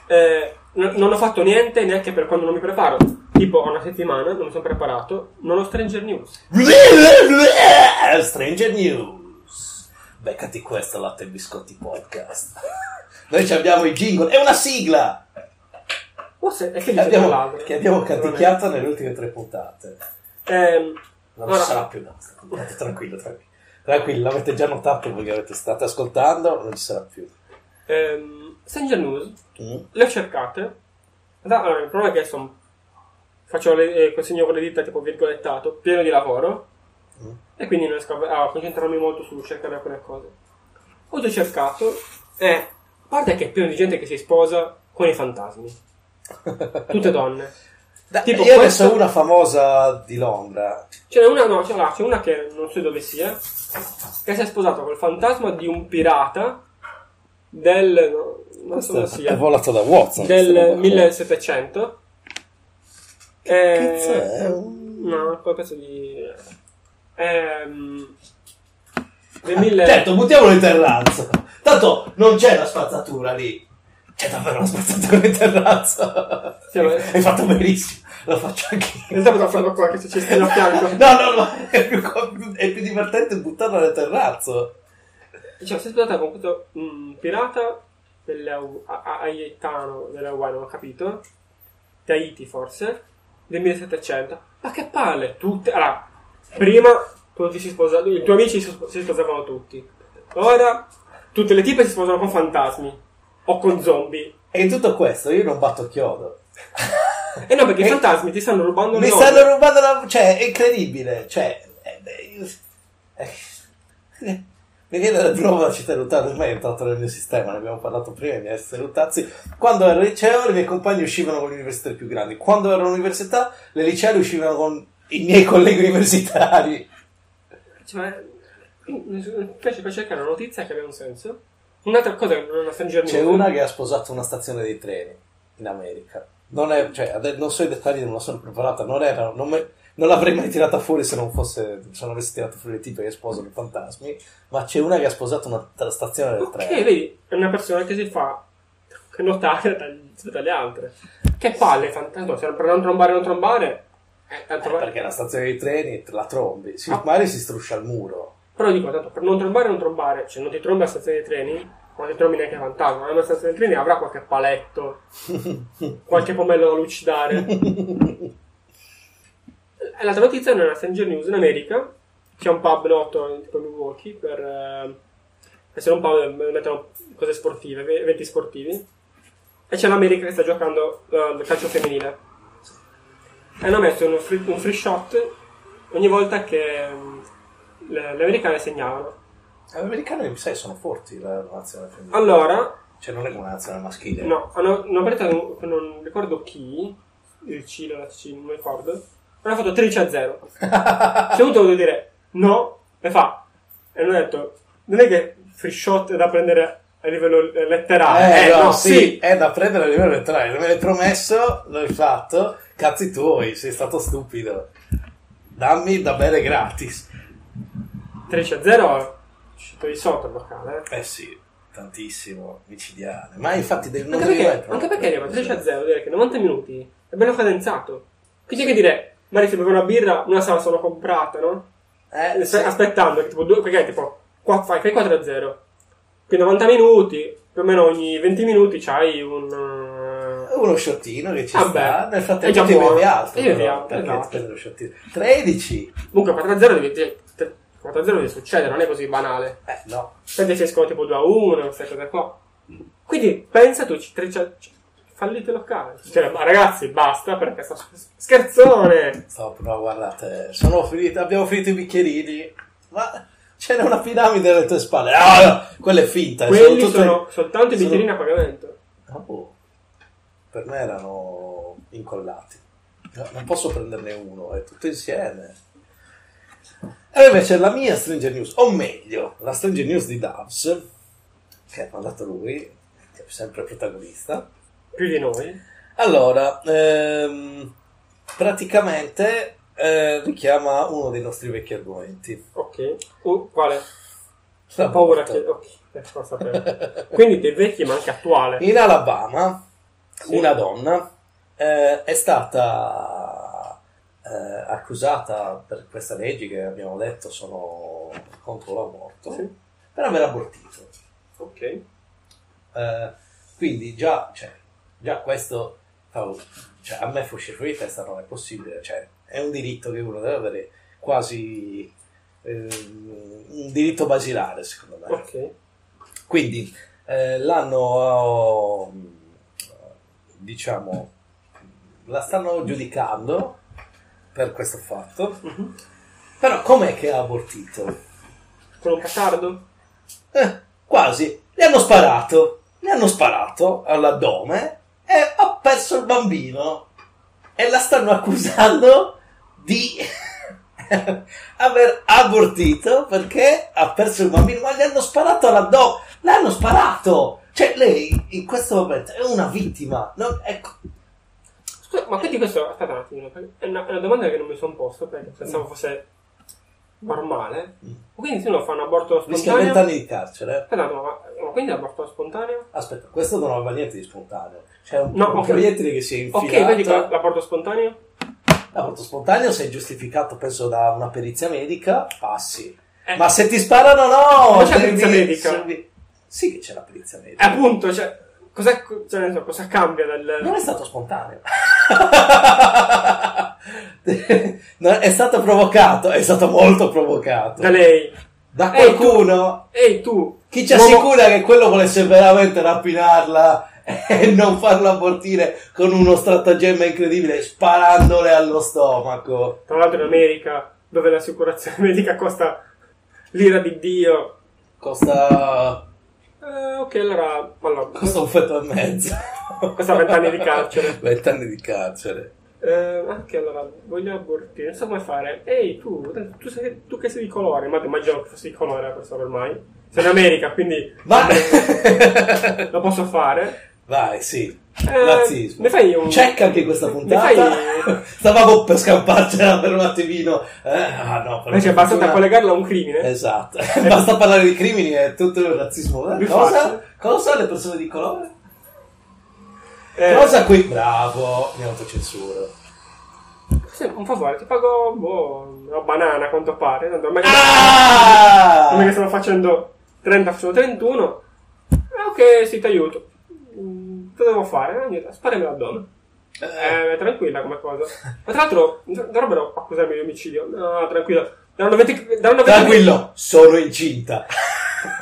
Eh, no- non ho fatto niente neanche per quando non mi preparo. Tipo, ho una settimana, non mi sono preparato, non ho Stranger News.
Stranger News. Beccati questo latte e biscotti podcast. Noi ci abbiamo i jingle, è una sigla
Forse è che
che
gli ho
abbiamo,
parlato.
che abbiamo canticchiato nelle ultime tre puntate.
Ehm,
Non
Ora-
ci sarà più un'altra puntata, tranquillo, tranquillo. Tranquillo, l'avete già notato voi che avete- state ascoltando, non ci sarà più.
ehm, Stranger News,
Mm.
le ho cercate. Da- allora, il problema è che sono... Faccio le, eh, quel segno con le dita tipo virgolettato, pieno di lavoro.
Mm.
E quindi non riesco a, a concentrarmi molto sul cercare alcune cose. Ho già cercato, e a parte che è pieno di gente che si sposa con i fantasmi. Tutte donne.
Da-
Tipo,
io ne
questo-
so una famosa di Londra.
Ce n'è una, no, ce l'ha, c'è una che non so dove sia, che si è sposata col fantasma di un pirata del... no, non so dove
È
sia.
volata da Watson. questa
del
roba.
1700.
Che
Eh,
cazzo è? Un-
No, poi penso di... Ehm, del
Ah,
1000
Certo, buttiamolo in terrazzo. Tanto non c'è la spazzatura lì. C'è davvero la spazzatura in terrazzo.
Sì, ma-
Hai fatto benissimo. Lo faccio anche io.
In realtà potrò farlo qua, che se ci stai a fianco.
No, no, no, è più, è più divertente buttarla nel terrazzo.
Cioè, si è sposata con questo mm, pirata dell'Au- a- a- aietano delle Hawaii, non ho capito. Tahiti forse, del 1700. Ma che palle! Tutte... Allora, prima tutti si sposavano, i tuoi amici si si sposavano tutti. Ora tutte le tipe si sposano con fantasmi o con zombie.
E in tutto questo io non batto chiodo.
E no, perché i
Eh,
fantasmi ti stanno rubando il
Mi
nome.
stanno rubando la... Cioè, è incredibile. Cioè, eh, eh, eh, mi viene da nuovo la città luttata. Ormai è entrato nel mio sistema, ne abbiamo parlato prima, i miei esseri luttazzi. Quando ero al liceo i miei compagni uscivano con le università più grandi. Quando ero all'università le liceali uscivano con i miei colleghi universitari.
Cioè, mi piace per cercare una notizia che abbia un senso. Un'altra cosa che non ha senso in
C'è
niente.
una che ha sposato una stazione di treni in America. Non, è, cioè, ade- non so i dettagli, non la sono preparata. Non, era, non, me- non l'avrei mai tirata fuori se non, fosse, se non avessi tirato fuori le tipe che sposano i fantasmi. Ma c'è una che ha sposato una tra- stazione del
Ok,
treno. Eh,
vedi, è una persona che si fa notare dagli- dalle altre. Che palle, fantasma, se per non trombare non trombare. eh, tanto
Eh,
va-
perché la stazione dei treni la trombi, si,
Ah.
magari si struscia al muro.
Però dico, tanto per non trombare non trombare, cioè non ti tromba la stazione dei treni, non ti trombi neanche fantasma, ma la stazione dei treni avrà qualche paletto,
Eh, Mm.
qualche pomello da lucidare. E Eh, L'altra notizia è una Stranger News in America. C'è un pub noto in tipo Milwaukee per eh, essere un pub dove mettono cose sportive, ve- eventi sportivi. E c'è l'America che sta giocando eh, il calcio femminile. E hanno messo uno free- un free shot ogni volta che mm, le, le americane segnavano.
Gli americani, sai, sono forti la la nazione femminile.
Allora,
Cioè, non è come una nazione maschile.
No, hanno, hanno prestato, un- non ricordo chi, il Cile, la Cile, non mi ricordo, hanno fatto 13 a 0. C'è uno dovuto dire no, e fa. E hanno detto, non è che free shot è da prendere a livello eh, letterale.
Eh,
Eh,
no,
no,
sì, è da prendere a livello letterale. Me l'hai promesso, l'hai fatto. Cazzi tuoi, sei stato stupido. Dammi da bere gratis.
13 a 0 è uscito di sotto il locale. eh.
Eh sì, tantissimo, micidiale. Ma infatti devi- non
Anche
devi mai
perché,
provare.
anche perché arriva 13 a 0, vuol dire che 90 minuti è bello cadenzato. Quindi anche dire, magari se bevo una birra, una se la sono comprata, no?
Eh,
Eh,
sì.
stai aspettando, che tipo, due, perché tipo, qua, fai, fai 4 a 0. Quindi 90 minuti, più o meno ogni 20 minuti c'hai un... eh,
Uno sciottino che ci
Vabbè,
sta. Nel
è già
frattempo ti bevi
buono.
altro.
Ti bevi
però,
altro,
perché
esatto.
ti prendi lo sciottino. 13?
Comunque 4 a 0 devi... te- te- 4 a 0 deve succedere, non è così banale.
Eh no.
Perché si escono tipo 2 a 1, queste cose qua. Quindi pensa tu, ci- tre- c'è- c'è- fallite locale. Cioè, ma ragazzi, basta, perché sta scherzone!
Stop, no, guardate, cioè, sono finito, abbiamo finito i bicchierini, ma c'era una piramide alle tue spalle. Ah, no, quella è finta. eh,
Quelli
tutte-
sono soltanto i
sono-
bicchierini a pagamento.
Ah, boh. Per me erano incollati. No, non posso prenderne uno, è tutto insieme. E invece la mia Stranger News, o meglio, la Stranger News di Doves, che ha mandato lui, che è sempre protagonista.
Più di noi.
Allora, ehm, praticamente eh, richiama uno dei nostri vecchi argomenti.
Ok. Uh, quale?
La
Ho paura
morte.
che... Ok, eh, lo sapevo. Quindi dei vecchi ma anche attuale.
In Alabama,
Sì.
una donna eh, è stata eh, accusata per questa legge che abbiamo detto sono contro l'aborto
Sì.
per aver abortito.
Ok.
Eh, quindi già, cioè, già questo fa- cioè, a me fosse fuori di testa non è possibile, cioè, è un diritto che uno deve avere quasi ehm, un diritto basilare secondo me.
Ok.
Quindi eh, l'hanno, ehm, diciamo, la stanno giudicando per questo fatto.
Mhm.
Però com'è che ha abortito?
Con un petardo?
Eh, quasi. Gli hanno sparato. Gli hanno sparato all'addome e e ha perso il bambino e la stanno accusando di aver abortito perché ha perso il bambino, ma gli hanno sparato all'addosso, l'hanno sparato! Cioè lei in questo momento è una vittima, non- ecco,
Scusa, ma quindi questo, aspetta un attimo, perché è una, è una domanda che non mi sono posto perché pensavo fosse normale.
Mm.
Quindi se uno fa un aborto
rischia 20
spontaneo...
anni di carcere.
Aspetta, no, ma, ma quindi l'aborto spontaneo?
Aspetta, questo non aveva niente di spontaneo. C'è un,
No,
un
ok.
proiettile che si è infilato.
Ok, quindi qua- l'aborto spontaneo?
L'aborto spontaneo se è giustificato, penso, da una perizia medica, passi.
Eh.
Ma se ti sparano, no!
Ma c'è la
devi-
perizia medica?
servi- Sì che c'è la perizia medica.
Appunto, cioè, cos'è, cioè, nel senso, cosa cambia dal...
Non è stato spontaneo. No, è stato provocato, è stato molto provocato.
da lei?
Da
Ehi,
qualcuno?
Ehi Eh, tu!
Chi ci
uomo-
assicura che quello volesse veramente rapinarla e non farla abortire con uno stratagemma incredibile, sparandole allo stomaco?
Tra l'altro in America, dove l'assicurazione medica costa l'ira di Dio.
Costa
Eh, ok, allora... allora
Costa un feto e mezzo.
Costa 20 anni di carcere.
20 anni di carcere.
Eh, anche allora, voglio abortire, non so come fare. Ehi, tu, tu, sei- tu che sei di colore, ma immagino che fossi di colore a questo ormai. Sei in America, quindi
Ma...
lo posso fare.
Vai, sì.
Eh,
Razzismo.
ne fai un-
Cerca anche questa
ne
puntata.
fai-
Stavamo per scamparcela per un attimino. Eh, ah no, per
Invece è bastata
fortuna-
collegarlo a un crimine.
Esatto.
Eh.
Basta parlare di crimini e tutto il razzismo. Eh,
Lui
Cosa?
facile.
Cosa le persone di colore?
Eh,
Cosa qui? Bravo, mi autocensuro.
sì, un favore, ti pago boh, una banana a quanto pare. Tanto ormai Eh. Come che
Ah!
stanno facendo 30, facciamo 31. Ah, ok, sì, ti aiuto. Mm, Cosa devo fare? Eh, niente, Sparami l'addome.
Eh,
Eh, tranquilla come cosa. Ma tra l'altro dov- dovrebbero accusarmi di omicidio. No, tranquilla. Daranno 20, daranno 20
Tranquillo, sono incinta.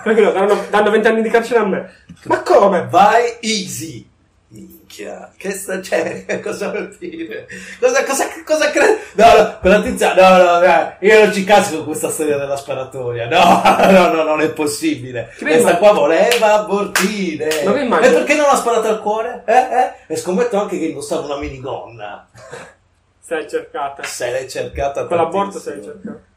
Tranquillo, daranno, danno 20 anni di carcere a me. Ma come?
Vai easy. Minchia, che sta cioè, cosa vuol dire? Cosa, cosa, cosa credi? No, no, quella tizia, no, no, no, io non ci casco con questa storia della sparatoria. No, no, no, non è possibile.
Ci
Questa
vedo-
qua voleva abortire.
Ma vi
e
immagino-
perché non ha sparato al cuore? Eh, eh? E scommetto anche che indossava una minigonna.
Sei cercata.
Se l'è cercata
Con l'aborto sei
tantissimo.
cercata.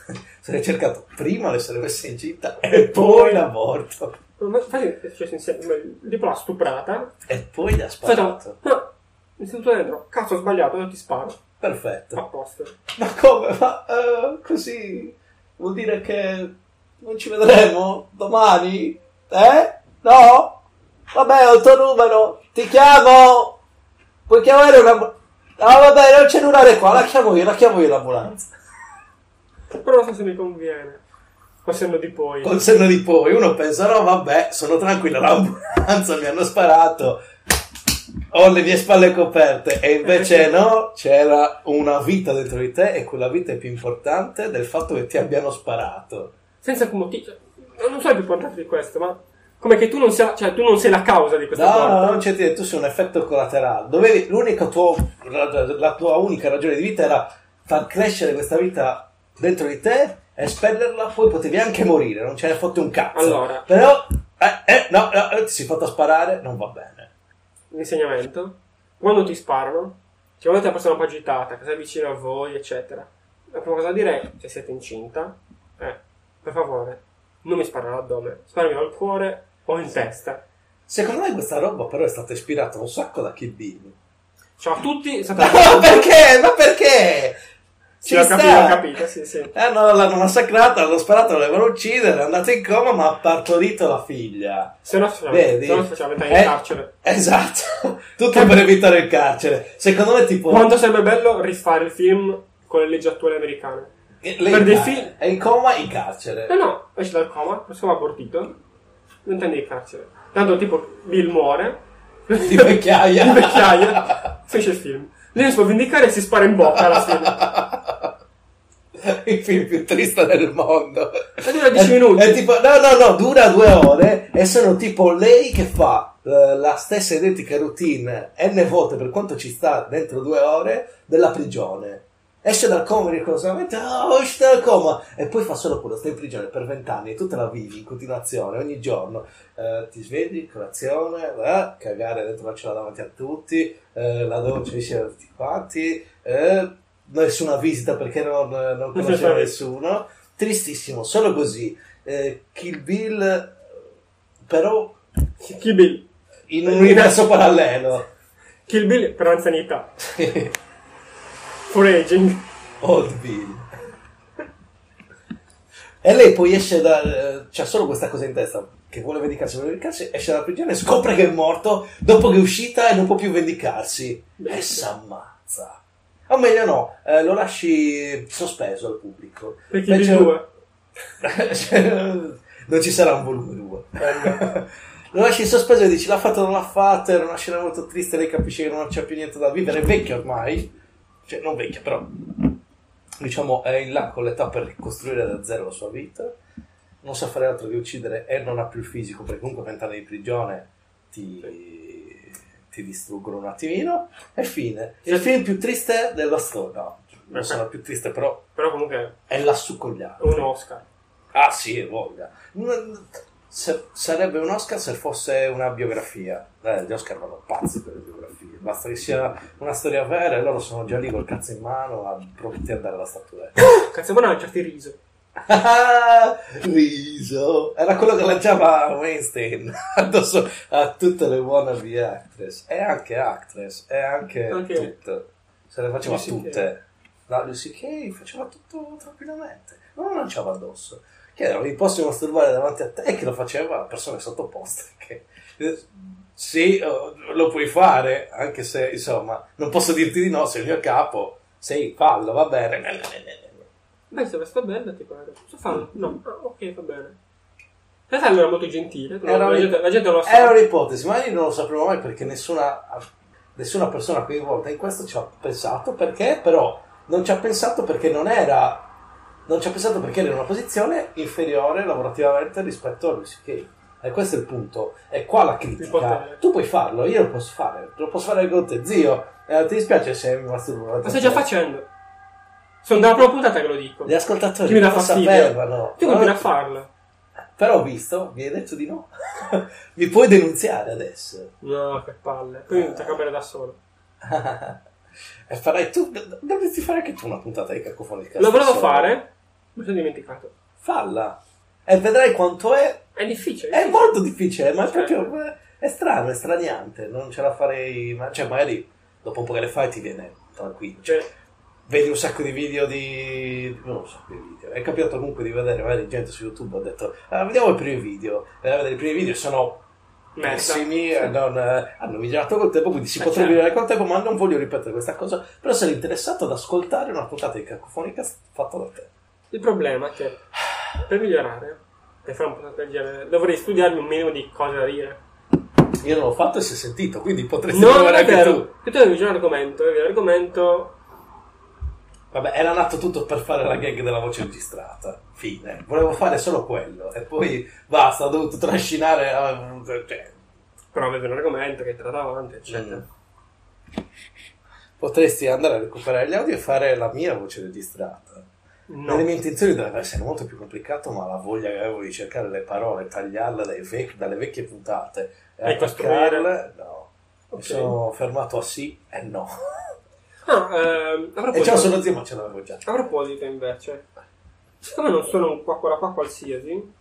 Se l'è cercato prima l'essere messa incinta e poi l'aborto.
Ma infatti è successo insieme. Tipo l'ha stuprata.
E poi l'ha
Aspetta,
sparato.
ma mi sento dentro. Cazzo, ho sbagliato, non ti sparo.
Perfetto.
A posto.
Ma come? Ma eh, così vuol dire che non ci vedremo domani? Eh? No? Vabbè, ho il tuo numero, ti chiamo! Puoi chiamare una... Ah, vabbè, non c'è cellulare qua, la chiamo io, la chiamo io l'ambulanza.
Però non so se mi conviene. Passando di poi.
Col senno di poi uno pensa, no vabbè, sono tranquilla, l'ambulanza mi hanno sparato, ho le mie spalle coperte. E invece no, c'era una vita dentro di te e quella vita è più importante del fatto che ti abbiano sparato.
Senza alcun motivo. cioè, Non so il più importante di questo, ma. Come che tu non sia, cioè, tu non sei la causa di questa
No,
cosa.
no, non c'è dire, tu sei un effetto collaterale. Dovevi, l'unica tua, la, la tua unica ragione di vita era far crescere questa vita dentro di te, espellerla, poi potevi anche morire, non ce ne fotte un cazzo.
Allora.
Però, eh, eh, no, no, eh, ti sei fatto sparare, non va bene.
l'insegnamento, quando ti sparano, cioè quando è una persona un po' agitata, che sei vicino a voi, eccetera, la prima cosa da dire è, se siete incinta, eh, per favore, non mi sparano all'addome, sparami al cuore o in testa.
Secondo me questa roba però è stata ispirata un sacco da Kill Bill.
Ciao a tutti, è stata...
Ma perché? Ma perché?
Sì, ho
Ci
capito,
sta.
ho capito, sì, sì.
Eh, no, l'hanno massacrata, l'hanno sparata, volevano uccidere, è andata in coma, ma ha partorito la figlia.
Se no facciamo,
Vedi?
se no facciamo metà in
Eh,
carcere.
Esatto, tutto per evitare il carcere. Secondo me, tipo,
Quanto sarebbe bello rifare il film con le leggi attuali americane.
lei
per dei
va-
figli-
è in coma in carcere.
No, no, esce dal coma, sono abortito, vent'anni di carcere. Tanto tipo Bill muore,
Di vecchiaia.
di vecchiaia, finisce il film. Lei non si può vendicare e si spara in bocca alla fine.
il film più triste del mondo.
E dura 10
È-
minuti.
È tipo, no, no, no, dura due ore e sono tipo lei che fa eh, la stessa identica routine n volte per quanto ci sta dentro due ore della prigione. esce dal coma ricorsamente, oh, esce dal coma, e poi fa solo quello, stai in prigione per vent'anni e tu te la vivi in continuazione, ogni giorno, Eh, ti svegli, colazione, va, cagare dentro la cella davanti a tutti, eh, la doccia insieme a tutti quanti, eh, nessuna visita perché non, non conosceva nessuno, tristissimo, solo così, eh, Kill Bill, eh, però
Kill Bill.
in un universo parallelo.
Kill Bill per anzianità. For aging.
Old Bill. E lei poi esce da... c'ha solo questa cosa in testa, che vuole vendicarsi, vuole vendicarsi, esce dalla prigione, scopre che è morto, dopo che è uscita e non può più vendicarsi. E s'ammazza. O meglio no, eh, lo lasci sospeso al pubblico.
Per Kill
Invece-
Bill 2.
non ci sarà un volume 2. Lo lasci in sospeso e dici l'ha fatto o non l'ha fatto, era una scena molto triste, lei capisce che non c'è più niente da vivere, è vecchia ormai, cioè non vecchia però, diciamo è in là con l'età per ricostruire da zero la sua vita, non sa fare altro che uccidere e non ha più il fisico perché comunque vent'anni di prigione ti, ti distruggono un attimino e fine. Il film più triste della storia, no, non sarà più triste però
Però comunque
è lassù con gli altri.
è un Oscar.
Ah sì, voglia. Mm, se- sarebbe un Oscar se fosse una biografia. Eh, gli Oscar vanno pazzi per le biografie. Basta che sia una storia vera e loro sono già lì col cazzo in mano a promettere dare la statuetta.
Cazzo, ma non certi certo riso.
Ah, Riso. Era quello che lanciava Weinstein addosso a tutte le wannabe actress. E anche actress. E anche
Anche-
tutte. Se le faceva
Lucy Kay.
tutte. No, Lucy Kay faceva tutto tranquillamente. Non lo lanciava addosso. Che era, mi posso masturbare davanti a te? E che lo faceva a persone sottoposte. Che... eh, Sì, oh, lo puoi fare, anche se, insomma, non posso dirti di no, sei il mio capo. Sei, fallo, va bene.
Beh, se questa bella, tipo, eh, cosa fanno? No, ah, ok, va bene. La Sally era molto gentile, però
Era
la,
un-
gente, la gente non lo sa.
Era un'ipotesi, ma io non lo sapremo mai perché nessuna, nessuna persona coinvolta in questo ci ha pensato perché però non ci ha pensato perché non era non ci ha pensato perché era in una posizione inferiore lavorativamente rispetto a Lucy Kay. E questo è il punto. E qua la
Il
critica.
potere.
Tu puoi farlo, io lo posso fare, lo posso fare con te, zio. Eh, ti dispiace se mi masturbo?
Ma stai già facendo. Sono dalla prima puntata che lo dico.
Gli ascoltatori
Chi mi dà
non lo
fastidio?
sapevano.
Tu continui a farla.
Però ho visto, mi hai detto di no. mi puoi denunziare adesso.
No, che palle.
Eh,
Quindi ti cambiare da solo.
e farai tu, dov- dovresti fare anche tu una puntata di cacofonica.
Lo volevo
Solo.
fare, mi sono dimenticato.
Falla. E vedrai quanto è.
È difficile.
È molto difficile, ma è
Certo.
proprio. eh, È strano, è straniante. Non ce la farei. ma- Cioè, magari dopo un po' che le fai ti viene tranquillo. Cioè,
Cioè,
vedi un sacco di video di. non un sacco di video. È capitato comunque di vedere magari gente su YouTube. Ha detto, "Ah, vediamo i primi video. Eh, vedere i primi video sono
merda.
pessimi, eh, non, eh, hanno migliorato col tempo, quindi si
Eh,
potrà
certo.
migliorare col tempo, ma non voglio ripetere questa cosa. Però sarei interessato ad ascoltare una puntata di cacofonica fatta da te.
Il problema è che per migliorare, per fare un puntata del genere, dovrei studiarmi un minimo di cose da dire.
Io non l'ho fatto e si è sentito, quindi potresti
No, non
provare
è
anche
vero.
tu.
Che tu avevi già un argomento, avevi un argomento
Vabbè, era nato tutto per fare la gag della voce registrata. Fine. Volevo fare solo quello. E poi basta, ho dovuto trascinare. eh, cioè,
Però avevi un argomento che ti era davanti, eccetera.
Mm. Potresti andare a recuperare gli audio e fare la mia voce registrata.
No.
Nelle mie intenzioni doveva essere molto più complicato, ma la voglia che avevo di cercare le parole, tagliarle dai vec- dalle vecchie puntate eh,
E costruire.
attaccarle, no. Mi
Ok.
sono fermato a sì e no.
Ah, ehm, a,
E ciao,
proposito,
sono zio, ma ce l'avevo già.
a proposito, invece, siccome non sono un qua, quella qua qualsiasi,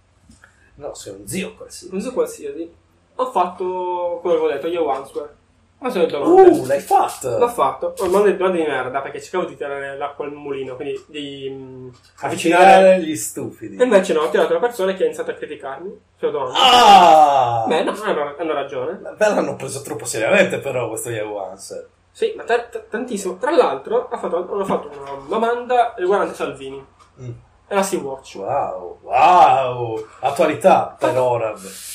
No, sei un zio qualsiasi.
non so qualsiasi, ho fatto quello che ho detto, io answer. Ma sono detto no.
Uh, l'hai fatto!
L'ho fatto, Oh, ho mandato domande di merda perché cercavo di tirare l'acqua al mulino, quindi di mm, avvicinare.
Avvicinare gli stupidi.
E invece no, ho tirato la persona che ha iniziato a criticarmi. Sulle domande.
Ah!
Beh, no, hanno, hanno ragione.
Beh, l'hanno preso troppo seriamente, però, questo Yahoo Answer.
Sì, ma ta- ta- tantissimo. Tra l'altro, ho fatto, hanno fatto una domanda riguardante Salvini
Mm.
e la Sea Watch.
Wow, wow! Attualità per ora.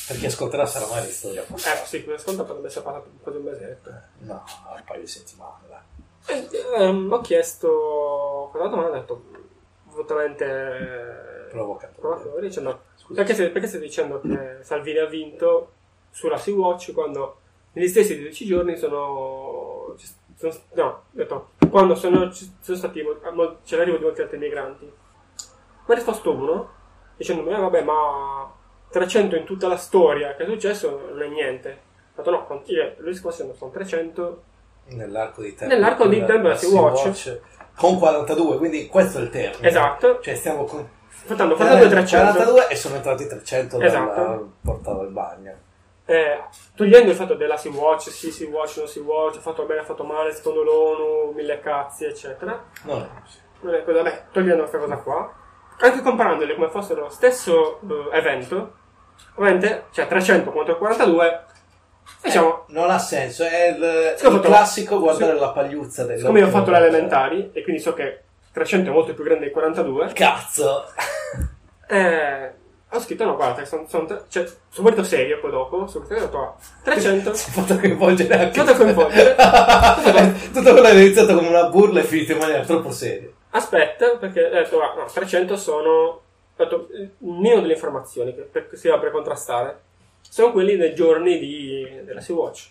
Per chi ascolterà sarà mai la storia.
Ecco, sì, quella sconta potrebbe essere passata quasi un mesetto.
No, un paio di settimane. dai.
E, ehm, ho chiesto quella domanda, ho detto volutamente eh,
Provocatore.
provocatore, dicendo
Scusa.
perché, stai- perché stai dicendo che Salvini ha vinto sulla Sea Watch quando negli stessi 12 giorni sono, sono, no, ho detto, quando sono, ci sono stati, mo- a mo- c'è l'arrivo di molti altri migranti. Ma è risposto uno, dicendomi, eh, vabbè, ma 300 in tutta la storia che è successo non è niente. Ho detto, no, quanti è? Lui scorso sono 300
Nell'arco di tempo.
Nell'arco di tempo la Sea Watch.
Con 42, quindi questo è il termine.
Esatto.
Cioè stiamo con...
Fattando, fattando 300,
42 e sono entrati 300 dalla
Esatto.
porta del bagno.
eh, togliendo il fatto della Sea Watch, sì, Sea Watch, non Sea Watch, fatto bene, fatto male, secondo l'ONU, mille cazzi, eccetera.
Non è così.
Non è cosa- beh, togliendo questa cosa qua, anche comparandole come fossero lo stesso eh, evento, ovviamente, cioè 300 contro 42, diciamo,
Eh, Non ha senso, è il,
Sì, ho
Eh, il
fatto-
classico guardare
sì.
la pagliuzza del...
siccome io ho fatto le elementari e quindi so che 300 è molto più grande di 42,
Cazzo!
eh, ho scritto no, guarda, sono, sono, tre- cioè, sono molto serio poi dopo, sono scritto ho detto, ah, 300,
Si è fatto coinvolgere anche...
Fatto coinvolgere.
Tutto quello è iniziato come una burla e finito in maniera troppo seria.
aspetta, perché ho detto, ah, no, 300 sono, ho detto, il minimo delle informazioni che, per, che si va per contrastare, sono quelli dei giorni di, della Sea Watch.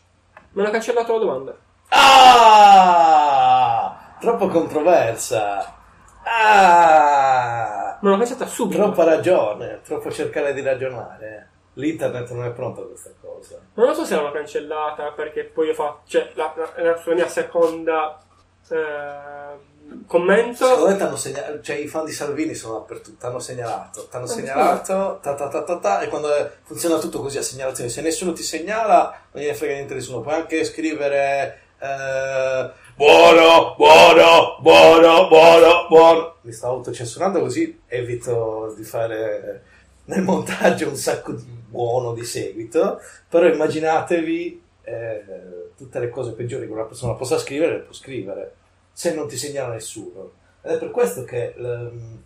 Mi hanno cancellato la domanda.
Ah! Troppo controversa. Ah!
Me l'ho pensata subito.
Troppa ragione, troppo cercare di ragionare. L'internet non è pronto a questa cosa.
Ma non so se l'hanno cancellata perché poi ho fatto. Cioè, la, la, la sua mia seconda eh,
Secondo
commento.
me t'hanno segna- cioè i fan di Salvini sono dappertutto, hanno segnalato, t'hanno segnalato, ta ta ta ta ta, e quando eh, funziona tutto così a segnalazione, se nessuno ti segnala non gliene frega niente a nessuno, puoi anche scrivere eh, buono, buono, buono, buono, buono. Mi stavo autocensurando così evito di fare nel montaggio un sacco di buono di seguito, però immaginatevi eh, tutte le cose peggiori che una persona possa scrivere, le può scrivere, se non ti segnala nessuno. Ed è per questo che, ehm,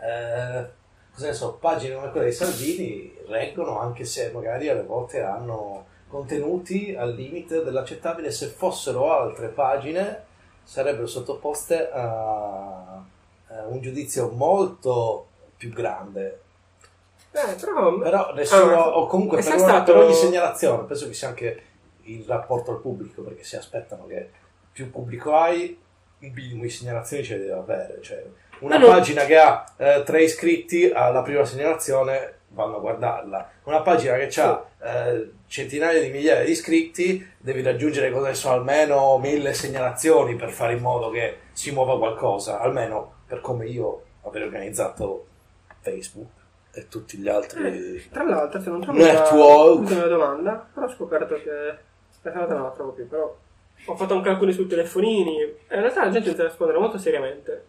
eh, cosa ne so, pagine come quella di Salvini reggono anche se magari alle volte hanno contenuti al limite dell'accettabile, se fossero altre pagine sarebbero sottoposte a, a un giudizio molto più grande.
Eh, però.
Però nessuno,
Allora,
o comunque
è
per,
sempre
una-
stato-
per ogni segnalazione, penso che sia anche il rapporto al pubblico, perché si aspettano che più pubblico hai, un minimo di segnalazioni ce le deve avere. Cioè, una
Ma non-
pagina che ha eh, tre iscritti alla prima segnalazione vanno a guardarla. Una pagina che ha eh, centinaia di migliaia di iscritti devi raggiungere cosa ne so, almeno mille segnalazioni per fare in modo che si muova qualcosa, almeno per come io avrei organizzato Facebook e tutti gli altri...
Eh, Tra l'altro, se non trovo
Network.
la, la domanda, però ho scoperto che. La serata non la trovo più, però. Ho fatto anche alcuni sui telefonini. E in realtà la gente deve rispondere molto seriamente.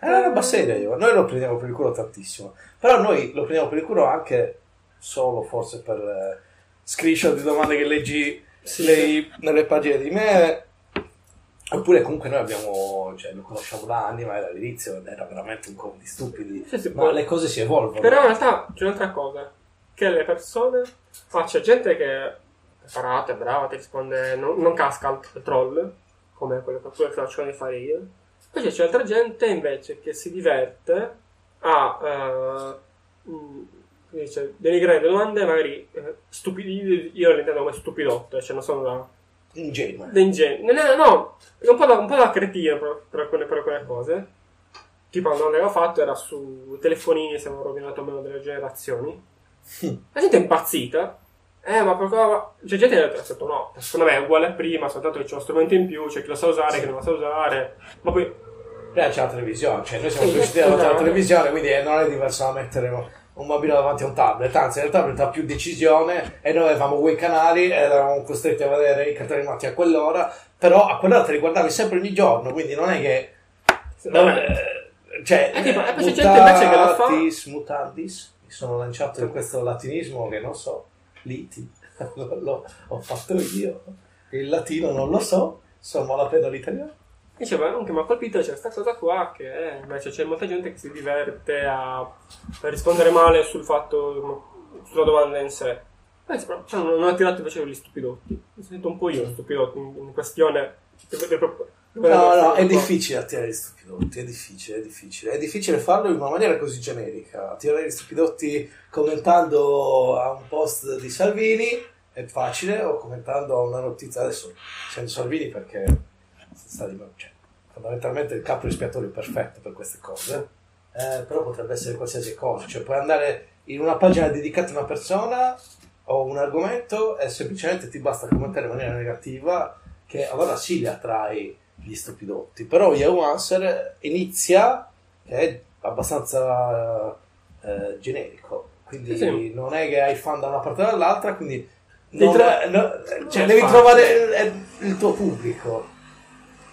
È una
ehm,
roba seria io. Noi lo prendiamo per il culo tantissimo. Però noi lo prendiamo per il culo anche solo forse per eh, screenshot di domande che leggi
Sì,
nei- nelle pagine di me. Oppure comunque noi abbiamo, cioè lo conosciamo da anni, ma era all'inizio ed era veramente un po' di stupidi.
Sì, sì,
ma
poi-
le cose si evolvono.
Però in realtà c'è un'altra cosa, che le persone... Ah, c'è gente che è preparata, è brava, ti risponde, non, non casca al al troll, come quello che quello che sto cercando di fare io. Poi c'è- c'è altra gente invece che si diverte a... eh, mh, come dice, denigrare le domande magari eh, stupidi, io le intendo come stupidotte, cioè non sono da,
Ingenue.
da ingenuo. Non è- no, è un po' da, un po' da cretino per, per alcune, per alcune cose. Tipo, non l'avevo fatto, era su telefonini, siamo rovinato meno delle generazioni.
Cioè,
La gente è impazzita. Eh, ma per cosa- C'è gente che ha detto, no, secondo me è uguale a prima, soltanto che c'è uno strumento in più, c'è chi lo sa usare, chi non lo sa usare. Ma poi,
Beh, c'è la televisione, cioè noi siamo
Sì,
riusciti a
esatto.
la televisione, quindi eh, non è diverso da mettere un- un bambino davanti a un tablet, anzi il tablet ha più decisione e noi avevamo quei canali e eravamo costretti a vedere i cartoni animati a quell'ora, però a quell'ora te li guardavi sempre ogni giorno, quindi non è che... non è- cioè,
Eh, tipo, e poi c'è gente invece che la fa-
mutatis, mutandis, mi sono lanciato in questo latinismo che non so, liti, L'ho- l'ho- ho fatto io, il latino non lo so, so malapena l'italiano.
Diceva anche mi ha colpito c'è questa cosa qua che eh, invece c'è molta gente che si diverte a, a rispondere male sul fatto sulla domanda in sé. Eh, sì, però, cioè, non non ha tirato invece gli stupidotti. Mi sento un po' io stupidotti in, in questione.
No, no, è difficile attirare gli stupidotti, è difficile, è difficile. È difficile farlo in una maniera così generica. Attirare gli stupidotti commentando a un post di Salvini è facile o commentando a una notizia adesso sento Salvini perché sta di cioè, fondamentalmente il capo espiatorio è perfetto per queste cose eh, però potrebbe essere qualsiasi cosa cioè puoi andare in una pagina dedicata a una persona o un argomento e semplicemente ti basta commentare in maniera negativa che allora sì li attrai gli stupidotti però Yahoo Answer inizia che è abbastanza eh, generico quindi
Sì, sì.
non è che hai fan da una parte o dall'altra quindi
Devi
non-
trovare-
no- cioè,
non è
devi
facile.
trovare eh, il tuo pubblico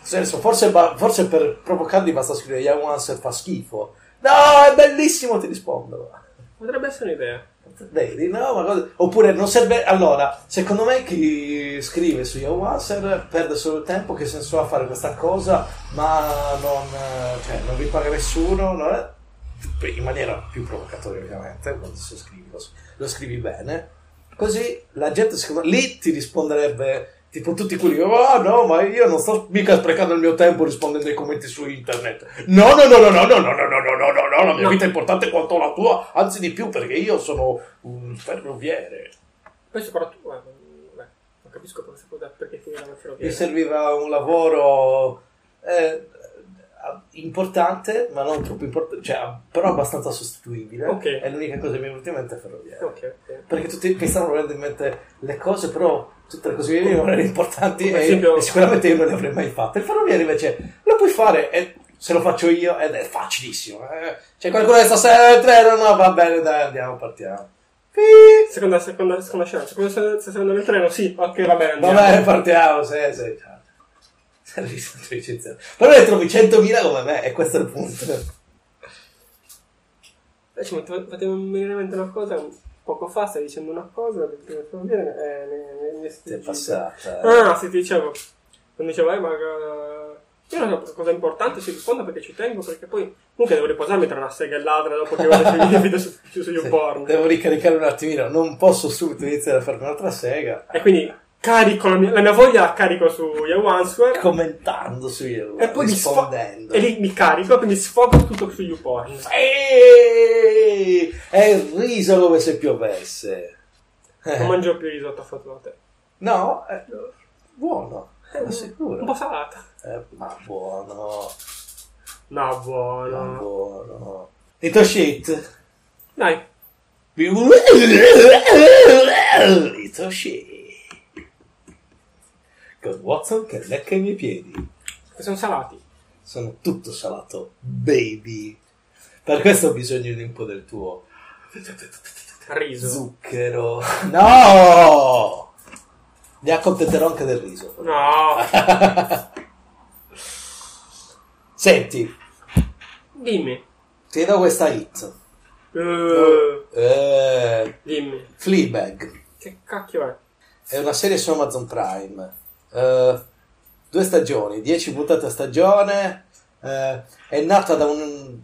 Nel senso, forse, ba- forse per provocarli basta scrivere Yahoo Answer fa schifo no è bellissimo ti rispondo
Potrebbe essere un'idea.
Vedi, no, ma cosa- Oppure non serve. Allora, secondo me chi scrive su Yahoo Answer perde solo il tempo. Che senso ha fare questa cosa? Ma non, eh, cioè, non vi paga nessuno. non è- In maniera più provocatoria, ovviamente. Quando se scrivi, lo, s- lo scrivi bene. Così la gente, secondo me, lì ti risponderebbe. Tipo tutti quelli che, oh no, ma io non sto mica sprecando il mio tempo rispondendo ai commenti su internet. No, no, no, no, no, no, no, no, no, no, no, no, no, la mia
No.
vita è importante quanto la tua, anzi di più perché io sono un ferroviere.
Poi soprattutto. guarda, Beh, non capisco come si può dare perché ti la
Mi
ferrovia.
serviva un lavoro eh, importante, ma non troppo importante, cioè, però abbastanza sostituibile.
Ok.
È l'unica cosa che mi è venuta in mente è ferroviere.
Ok, ok.
Perché tutti mi stanno venendo in mente le cose, però tutte le cose che mi venivano erano importanti
Come
e,
esempio-
e sicuramente io non le avrei mai fatte. Il ferroviere invece lo puoi fare e se lo faccio io ed è facilissimo. eh. C'è qualcuno che sta sempre nel treno, no va bene, dai andiamo, partiamo. Sì.
Seconda, seconda, seconda scena. Seconda, se- seconda del treno, sì. Ok, va bene.
Va
Andiamo.
bene, partiamo, sì, sì. ciao. Servizio di licenziato. Però ne trovi 100.000 come me e questo è il punto.
Adesso mi fate fate venire in mente una cosa. Poco fa stai dicendo una cosa. del primo ferroviere, eh, ne- ne- ne-
Ti è passata. eh.
Ah, sì, ti dicevo. Quando dicevo, eh, ma. eh, Io non so cosa è importante, si rispondo perché ci tengo, perché poi comunque devo riposarmi tra una sega e l'altra dopo che vado a video su, su, su
Sì,
YouPorn.
Devo ricaricare un attimino, non posso subito iniziare a fare un'altra sega.
E quindi carico la mia, la mia voglia, la carico su Yahoo Answer
commentando su Yahoo,
e poi mi sfo-
rispondendo.
e lì mi carico e poi mi sfogo tutto su YouPorn.
Eeeh, è il riso come se piovesse.
Non
Eh,
mangio più risotto fatto da te.
no, è buono, ma
Eh, Un po'
sicuro.
salato.
Eh, ma buono,
No,
ma
buono.
buono. Little shit.
Dai,
Little shit. Con Watson che lecca i miei piedi.
che sono salati.
Sono tutto salato, baby. Per questo ho bisogno di un po' del tuo
Riso.
zucchero. No! Mi accontenterò anche del riso.
No.
Senti,
Dimmi.
ti do questa hit.
Eh,
Eh,
dimmi.
Fleabag
Che cacchio è?
è una serie su Amazon Prime. Eh, due stagioni, 10 puntate a stagione. Eh, è nata da un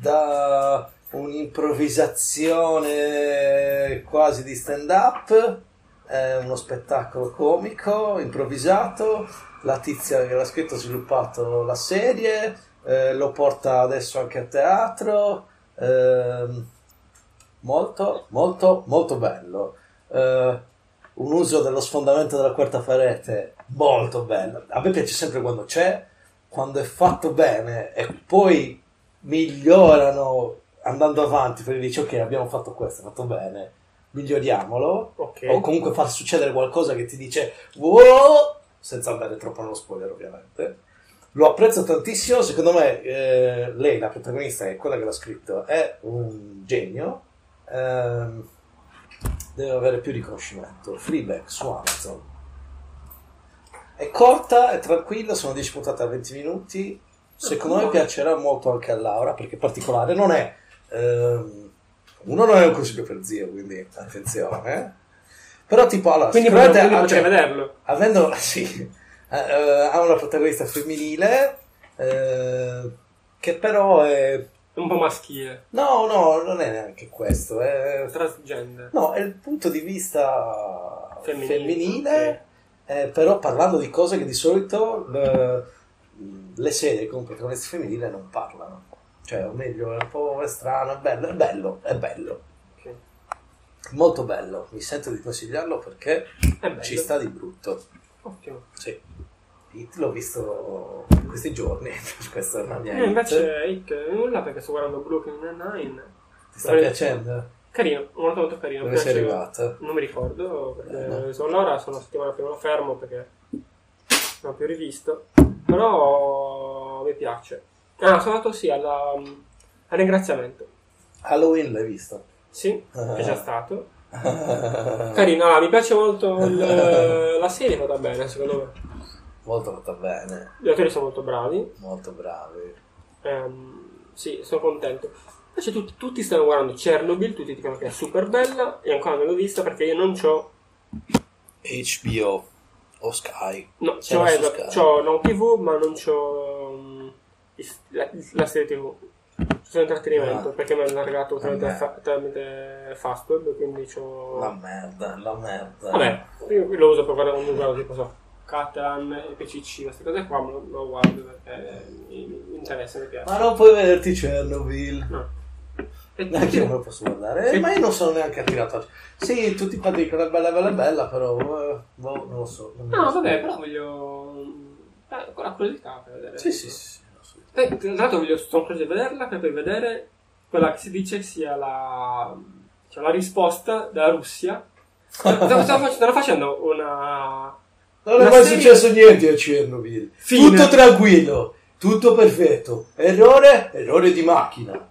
da un'improvvisazione quasi di stand up, uno spettacolo comico improvvisato. La tizia che l'ha scritto ha sviluppato la serie, eh, lo porta adesso anche a teatro. ehm, molto, molto, molto bello. Eh, un uso dello sfondamento della quarta parete molto bello. A me piace sempre quando c'è, quando è fatto bene e poi migliorano andando avanti perché dici ok abbiamo fatto questo, è fatto bene, miglioriamolo
Ok.
o Oh, comunque far succedere qualcosa che ti dice wow senza andare troppo nello spoiler ovviamente. Lo apprezzo tantissimo, secondo me eh, lei, la protagonista, è quella che l'ha scritto, è un genio. Ehm, deve avere più riconoscimento. Freeback su Amazon. È corta, è tranquilla, sono 10 puntate a 20 minuti. Secondo me piacerà molto anche a Laura perché è particolare. Non è. ehm, uno non è un consiglio per zio, quindi attenzione. eh. Però, tipo, allora,
Quindi potete,
sicuramente-
quindi
ah,
potete
cioè,
vederlo.
avendo sì, eh, eh, ha una protagonista femminile eh, che però è
È un po' maschile.
no no non è neanche questo è,
Transgender.
no è il punto di vista
Femminile,
femminile, eh, però parlando di cose che di solito le, le serie con protagonisti femminili non parlano cioè o meglio è un po' strano è bello è bello è bello
Ok.
Molto bello, mi sento di consigliarlo perché
È bello.
ci sta di brutto.
Ottimo.
Sì. It L'ho visto questi giorni, per questo non mi
Eh, invece It, nulla perché sto guardando Brooklyn Nine-Nine.
Ti sta piacendo?
Carino, molto molto carino.
Dove
Mi
sei
piace-
arrivato?
Non mi
Eh,
ricordo, perché
no.
sono l'ora, sono una settimana prima lo fermo perché non ho più rivisto. Però mi piace. Ah, sono andato sì alla- mm, al ringraziamento.
Halloween l'hai visto?
Sì,
Ah.
è già stato.
Carino.
Carino, ah, mi piace molto il- la serie, vada bene secondo me.
Molto fatto bene,
Gli attori sono molto bravi.
molto bravi.
Ehm, sì, sono contento. Invece tutti, tutti stanno guardando Chernobyl, tutti dicono che è super bella e ancora non l'ho vista perché io non c'ho...
HBO o Sky.
No,
C'è
c'ho,
la su
Ed-
Sky.
c'ho non TV ma non c'ho mm, il- la, la serie TV. Sono intrattenimento
Ah.
perché me l'hanno regalato tramite,
Vabbè.
fa- tramite Fastweb, quindi c'ho...
La merda, la merda.
Vabbè, io lo uso per guardare un guardo tipo so, Catalan, EPCC, queste cose qua, ma lo, lo guardo perché mi, mi interessa, mi piace.
Ma non puoi vederti Chernobyl.
No. E
Anche io
tutti-
me lo posso guardare. Eh,
Sì.
Ma io non sono neanche attirato. Sì, tutti quanti dicono è bella, bella, bella, però eh, boh, non lo so. non mi
No,
riesco.
vabbè, però voglio... eh, con la curiosità per vedere.
Sì, sì, sì. sì.
Poi, tra l'altro voglio, sono curioso di vederla per poi vedere quella che si dice sia la, cioè, la risposta della Russia. Stavo, stavo fac- stavo facendo una...
Non è
La
mai
serie-
successo niente a Chernobyl.
Fine.
Tutto tranquillo, tutto perfetto. Errore, errore di macchina.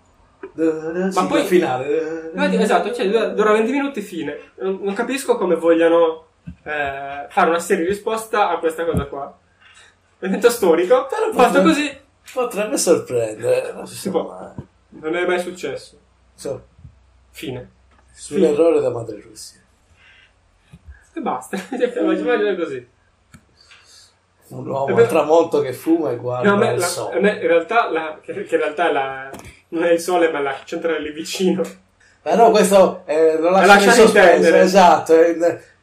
Ma
poi-
finale.
Infatti, Esatto, cioè, dura- dura 20 minuti e fine. Non, non capisco come vogliano eh, fare una serie di risposta a questa cosa qua. Evento storico,
Però
fatto
potrebbe-
così
Potrebbe sorprendere. non si
Si
sa
può.
mai.
non è mai successo.
So,
Fine.
sull'errore da madre Russia.
E basta. Immagina così.
Un
Eh
uomo
beh-
al tramonto che fuma e guarda
No, a me
il
la- a me
sole.
in realtà, la- che, che in realtà è la- non è il sole, ma la centrale lì vicino.
Però questo eh, lo
La lascia
lascia in sospeso.
intendere.
Esatto. è in-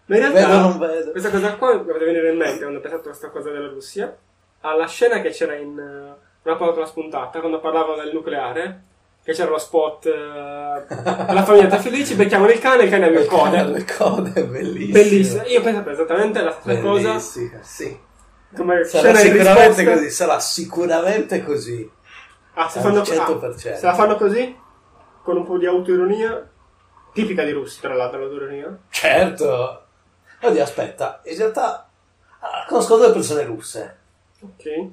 Ma in realtà,
Vedo, non vedo.
questa cosa qua mi è venuta venire in mente quando ho pensato a questa cosa della Russia. Alla scena che c'era in eh, una palla spuntata, quando parlavano del nucleare, che c'era lo spot eh, La famiglia è felici, becchiamo il cane, il cane ha due code.
Le code, è bellissimo.
Bellissimo. Io pensavo esattamente la stessa cosa
Bellissimo, sì.
come
Sarà
scena di
sicuramente
risposta.
così. Sarà sicuramente così.
Ah, se,
Al
fanno, ah,
100%.
se la fanno così, con un po' di autoironia, tipica di russi, tra l'altro, l'autoironia.
Certo. Oddio, aspetta, in realtà ah, conosco due persone russe
Ok.
e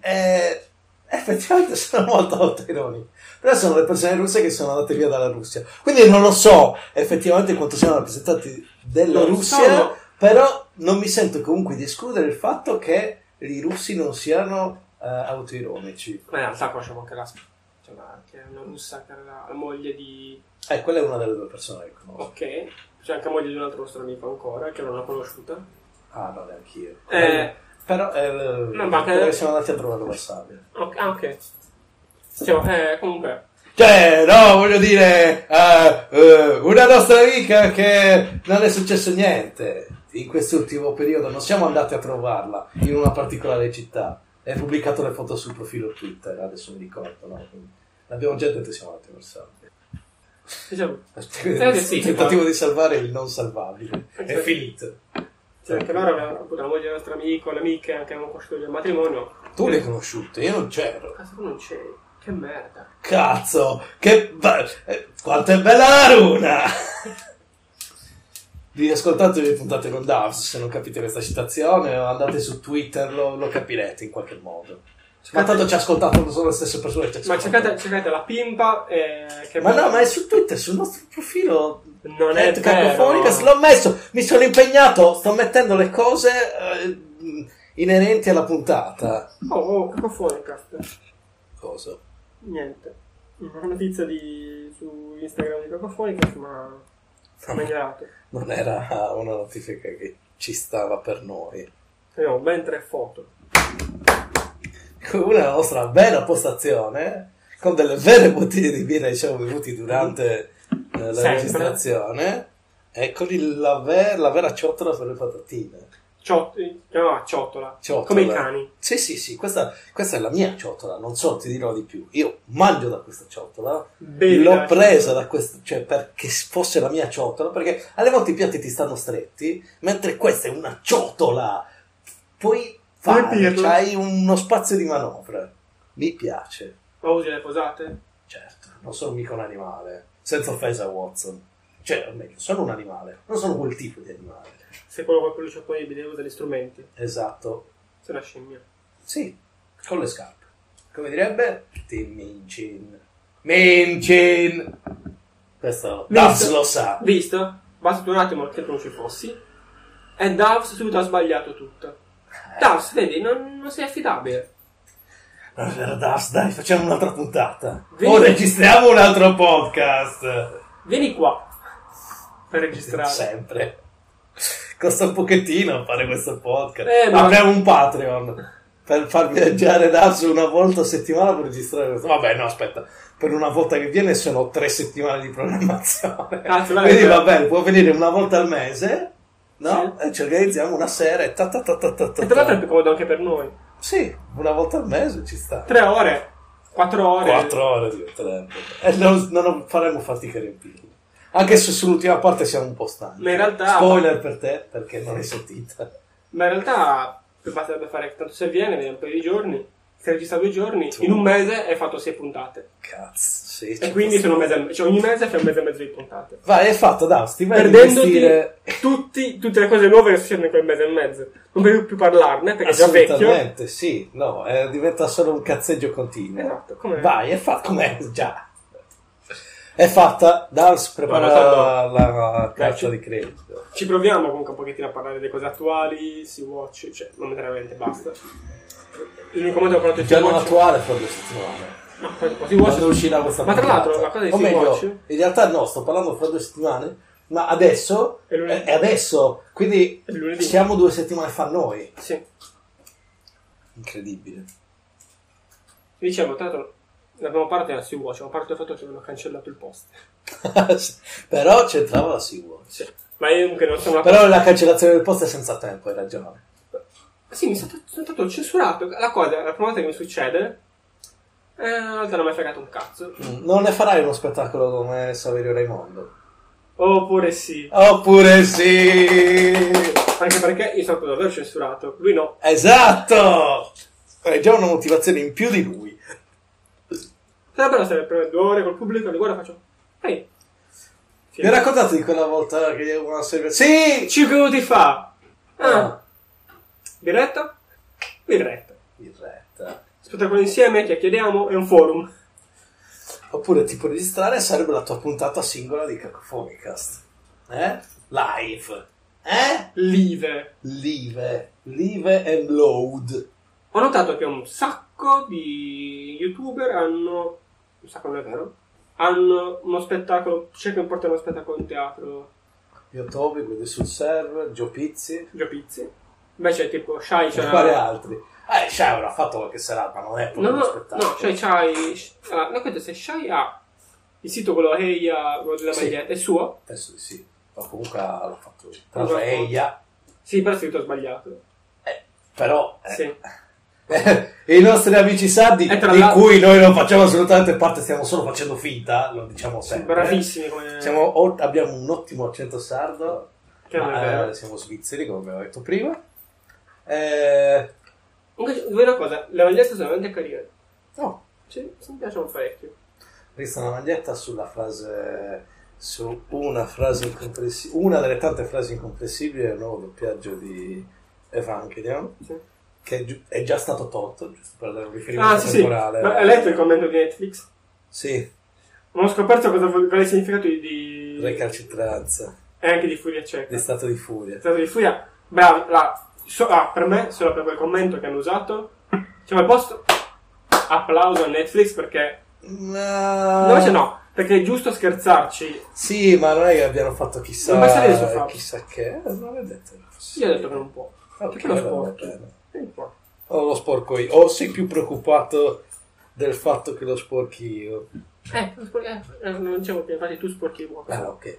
Eh, effettivamente sono molto autoironiche. Però sono le persone russe che sono andate via dalla Russia. Quindi non lo so effettivamente quanto siano rappresentanti della
Non
Russia,
sono.
però non mi sento comunque di escludere il fatto che i russi non siano eh, autoironici.
Ma in realtà conosciamo anche la cioè, la- che è una russa che era la, la moglie di
Eh, quella è una delle due persone che conosco.
Ok, c'è anche la moglie di un altro nostro amico ancora, che non ho conosciuta.
Ah, no, neanche io.
Eh.
Però eh,
No, ma che-
quella che siamo andati a trovare a Varsavia.
Ok, ah, ok. Stiamo- eh, comunque.
Cioè, no, voglio dire, eh, eh, una nostra amica che non è successo niente in quest'ultimo periodo, non siamo andati a trovarla in una particolare città. Hai pubblicato le foto sul profilo Twitter, adesso mi ricordo, no? Quindi, L'abbiamo già detto, siamo andati a Varsavia.
Diciamo,
Il
sì,
tentativo
ma-
di salvare il non salvabile. È
Ok.
finito.
cioè, anche loro avevano appunto la moglie del nostro amico, le amiche, anche avevano conosciuto il matrimonio.
Tu le hai conosciute, io non c'ero.
Cazzo, tu non c'eri. Che merda.
Cazzo, che be- eh, quanto è bella la runa! Vi ascoltate le puntate con Davs, se non capite questa citazione, o andate su Twitter, lo, lo capirete in qualche modo. Ma tanto ci ha ascoltato sono le stesse persone che ci
Ma
ascoltano.
cercate, cercate la pimpa eh, che
Ma no, ma è Eh, su Twitter, sul nostro profilo.
Non è
Net Cacofonicas,
vero.
l'ho messo, mi sono impegnato, sto mettendo le cose eh, inerenti alla puntata.
Oh, oh, cacofonicast.
Cosa?
Niente. Una notizia di, su Instagram di cacofonicast, ma... Ma ignorato.
Non era una notifica che ci stava per noi.
Abbiamo ben tre foto.
con una nostra bella postazione, con delle vere bottiglie di birra che ci siamo bevuti durante eh, la
Sempre.
registrazione, e con il- la, ver- la vera ciotola per le patatine.
Ciot- no, ciotola.
Ciotola.
eh, Come i cani.
Sì, sì, sì, questa, questa è la mia ciotola, non so, ti dirò di più. Io mangio da questa ciotola,
Bevi
l'ho
la
presa
ciotola.
da questa, cioè perché fosse la mia ciotola, perché alle volte i piatti ti stanno stretti, mentre questa è una ciotola. Puoi
Puoi
fare,
dirlo.
hai uno spazio di manovra. Mi piace,
Ma usi le posate?
certo, non sono mica un animale, senza offesa a Watson. Cioè, o meglio, sono un animale, non sono quel tipo di animale.
Secondo qualcuno c'è poi devi usare gli strumenti.
Esatto,
Sei una scimmia.
Sì, con le scarpe. Come direbbe Tim Minchin. Minchin! Questo Daz lo sa.
Visto? Basta un attimo che tu non ci fossi. E Davs subito ha sbagliato tutto. Davs, vedi, non, non sei affidabile.
Allora, Daz, dai, facciamo un'altra puntata.
Vedi?
O registriamo un altro podcast.
Vieni qua. Per registrare.
Sempre. Costa un pochettino fare questo podcast.
Eh, ma-
Apriamo un Patreon per far viaggiare Daz una volta a settimana per registrare questo. Vabbè, no, aspetta. Per una volta che viene sono tre settimane di programmazione.
Cazzo, dai,
Quindi
dai.
va bene, può venire una volta al mese, no? E ci organizziamo una sera e ta ta ta ta ta ta.
E tra l'altro è più comodo anche per noi.
Sì, una volta al mese ci sta.
Tre ore. Quattro ore.
Quattro ore di tempo. E non, non faremo fatica a riempirlo. Anche se sull'ultima parte siamo un po' stanchi.
Ma in realtà-
Spoiler per te, perché non l'hai sentita.
Ma in realtà basterebbe fare tanto se viene, vedi un paio di giorni. Se registra due giorni,
Sì.
in un mese hai fatto sei puntate.
Cazzo, sì. ci
E quindi
posso-
sono un mese, al- cioè ogni mese fai un mese e mezzo di puntate.
Vai, è fatto, dai, ti vai a
Perdendoti
investire...
tutti- tutte le cose nuove che succedono in quel mese e mezzo. Non puoi più parlarne perché è già vecchio.
Assolutamente, sì. No, eh, diventa solo un cazzeggio continuo.
Esatto, com'è?
Vai, è fatta. Com'è? Già. È fatta. Dals prepara
Guarda,
la, la carta
Dai,
di
ci-
credito.
Ci proviamo comunque un pochettino a parlare delle cose attuali, si watch, cioè non veramente basta. L'unico modo per
Già
proteggere
non
Sea Watch-
attuale fra due settimane.
No, poi- si
Quando
watch.
uscirà questa
Ma tra
puntata.
l'altro la cosa di
O
Sea
meglio,
Watch-
in realtà no, sto parlando fra due settimane, ma adesso...
È lunedì.
È adesso. Quindi
È lunedì.
siamo due settimane fa noi.
Sì.
Incredibile.
Diciamo, tra l'altro, ne abbiamo parlato della Sea Watch, abbiamo parlato del fatto che avevano cancellato il post.
Però c'entrava la Sea
Sì. Ma io comunque non sono una
Però la cancellazione del post è senza tempo, hai ragione.
Sì, mi sono stato, sono stato censurato. La cosa, la prima volta che mi succede, eh, una volta non mi ha fregato un cazzo.
Non ne farai uno spettacolo come Saverio Raimondo?
Oppure sì.
Oppure sì!
Anche perché io sono stato davvero censurato. Lui no.
Esatto! È già una motivazione in più di lui.
Sarebbero state le prime due ore col pubblico, li guardo e faccio. Ehi. Sì.
Mi raccontate di quella volta che una serie... Sì!
Cinque minuti fa. Ah.
Ah,
Diretta? Diretta.
in retta.
Spettacolo insieme, chiacchieriamo, è un forum.
Oppure ti puoi registrare e sarebbe la tua puntata singola di Cacofonicast. Eh? Live. Eh?
Live.
Live. Live and load.
Ho notato che un sacco di youtuber hanno. Un sacco non è vero? Hanno uno spettacolo. Cercano di portare uno spettacolo in teatro.
Io Tobi, quelli sul server, Gio Pizzi.
Gio Pizzi. Invece, tipo, Shai
E
c'ha.
quali altri? Eh, Shai avrà fatto qualche serata, ma non è
No,
proprio
no,
uno
no, cioè,
spettacolo.
Shai c'hai. Allora, no, questo se Shai ha il sito quello Heia, quello della
Sì.
maglietta, è suo.
Penso di sì. Ma comunque l'ha fatto
L'ha fatto.
Traveia.
Sì, però è scritto sbagliato.
Però eh,
Sì.
eh, i nostri amici sardi,
E tra
di
l'altro-
cui noi non facciamo assolutamente parte, stiamo solo facendo finta, lo diciamo sempre.
Bravissimi come.
Siamo o- abbiamo un ottimo accento sardo,
Che non è
ma,
vero.
eh, siamo svizzeri come abbiamo detto prima. Eh,
Comunque, vera cosa, le magliette sono veramente carine.
no,
Sì, sì, mi piacciono parecchio.
questa è una maglietta sulla frase, su una frase incomprensibile, una delle tante frasi incomprensibili del nuovo doppiaggio di Evangelion.
Sì.
che è, giu- è già stato tolto, giusto per dare un riferimento
Ah, sì, sì.
temporale.
Ma hai letto il commento di Netflix?
Sì,
Non ho scoperto cosa vo- quale significato di, di-
recalcitranza,
e anche di Furia cieca.
di
Il
stato di furia.
stato di Furia, bravo, la- so- ah, per me, solo per quel commento che hanno usato, diciamo al posto, applauso a Netflix perché,
Ma...
no, invece no, perché è giusto scherzarci.
Sì, ma non è che abbiano fatto chissà,
Non basta dire su Fabio.
chissà che. Eh, Non è detto. che
Io ho detto che non può.
Ah,
Perché lo
vabbè,
sporchi?
va bene.
Non può.
O Oh, lo sporco io. O sei più preoccupato del fatto che lo sporchi io.
Eh, lo sporchi- eh, eh, non dicevo più, infatti tu sporchi il vuoto.
Ah, ok.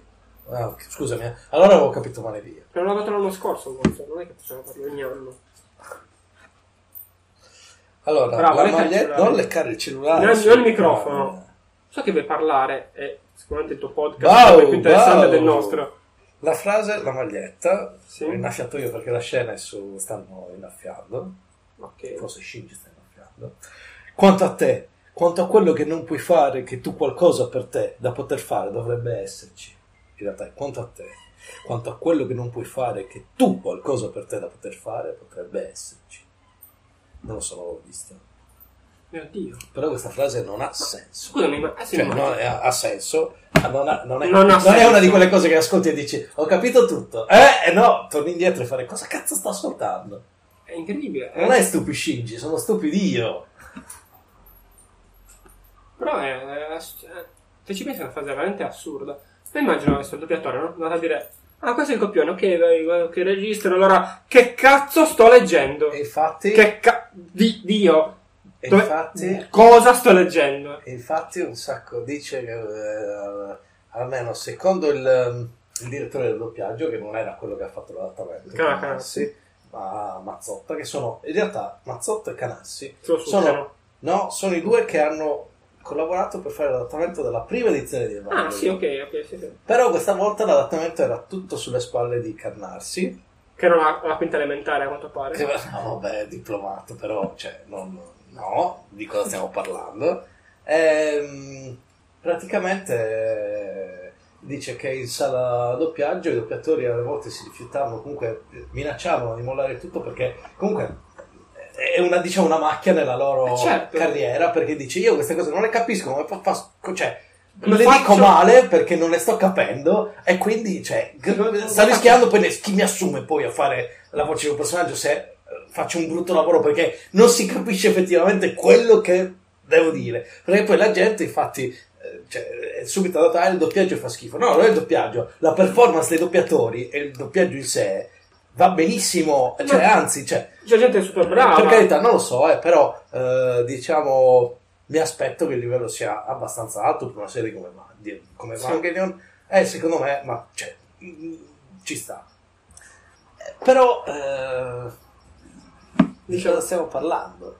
Ah, ok, scusami, eh. allora avevo capito male io.
Non l'ho fatto l'anno scorso, forse, non è che possiamo farlo ogni anno.
Allora,
Bravo,
la
lecca il
maglietta,
cellulare.
non leccare il cellulare. sul
Non- non il
cellulare.
microfono. So che vuoi parlare, e sicuramente il tuo podcast
Wow,
sarebbe più interessante
wow.
del nostro.
La frase, la maglietta,
Sì.
l'ho innaffiato io perché la scena è su, stanno innaffiando,
Ok.
forse Shinji sta innaffiando. Quanto a te, quanto a quello che non puoi fare, che tu qualcosa per te da poter fare dovrebbe esserci, in realtà è quanto a te, quanto a quello che non puoi fare, che tu qualcosa per te da poter fare potrebbe esserci. Non lo so, l'avevo vista.
Mio Dio.
Però questa frase non ha senso.
Scusami, ma ah, sì,
Cioè,
ma-
non è- ha senso, ma non, ha- non è,
Non ha
non è
senso.
una di quelle cose che ascolti e dici ho capito tutto. Eh, eh no, torni indietro e fare cosa cazzo sto ascoltando?
è incredibile. eh.
Non è stupiscingi, sono stupidio.
Però è, è ass- eh, se ci pensi è una frase veramente assurda. Ma immagino adesso il doppiatore, no? Andate a dire, ah, questo è il copione, ok, vai, vai, che registro, allora, che cazzo sto leggendo?
E infatti,
Che ca... Di, Dio!
e
Dove-
infatti,
Cosa sto leggendo?
e infatti un sacco dice che eh, almeno secondo il, ehm, il direttore del doppiaggio, che non era quello che ha fatto l'adattamento,
Canassi.
Canassi, ma Mazzotta, che sono in realtà Mazzotta e Canassi
Sono
Sono-
sono...
No, sono i due che hanno collaborato per fare l'adattamento della prima edizione di Evangelion.
Ah, sì, ok, ok, sì, sì.
Però questa volta l'adattamento era tutto sulle spalle di Carnarsi.
Che era la, la quinta elementare, a quanto pare.
Che, no, vabbè, è diplomato, però, cioè, non- no, di cosa stiamo parlando. Ehm, praticamente eh, dice che in sala doppiaggio i doppiatori alle volte si rifiutavano, comunque eh, minacciavano di mollare tutto perché comunque è una, diciamo, una macchia nella loro
Eh, certo.
carriera perché dice io queste cose non le capisco, come fa- fa- cioè,
Come
le
faccio?
dico male perché non le sto capendo e quindi cioè, g- sta rischiando poi ne- chi mi assume poi a fare la voce di un personaggio se eh, faccio un brutto lavoro perché non si capisce effettivamente quello che devo dire perché poi la gente infatti eh, cioè, è subito andata ah il doppiaggio fa schifo no non è il doppiaggio la performance dei doppiatori e il doppiaggio in sé va benissimo cioè
Ma-
anzi cioè
C'è gente super brava.
per carità, non lo so, eh, però eh, diciamo mi aspetto che il livello sia abbastanza alto per una serie come, Ma- di- come
Sì.
Evangelion. Eh, secondo me, ma cioè, mm, ci sta. Eh, Però eh, di cosa stiamo parlando?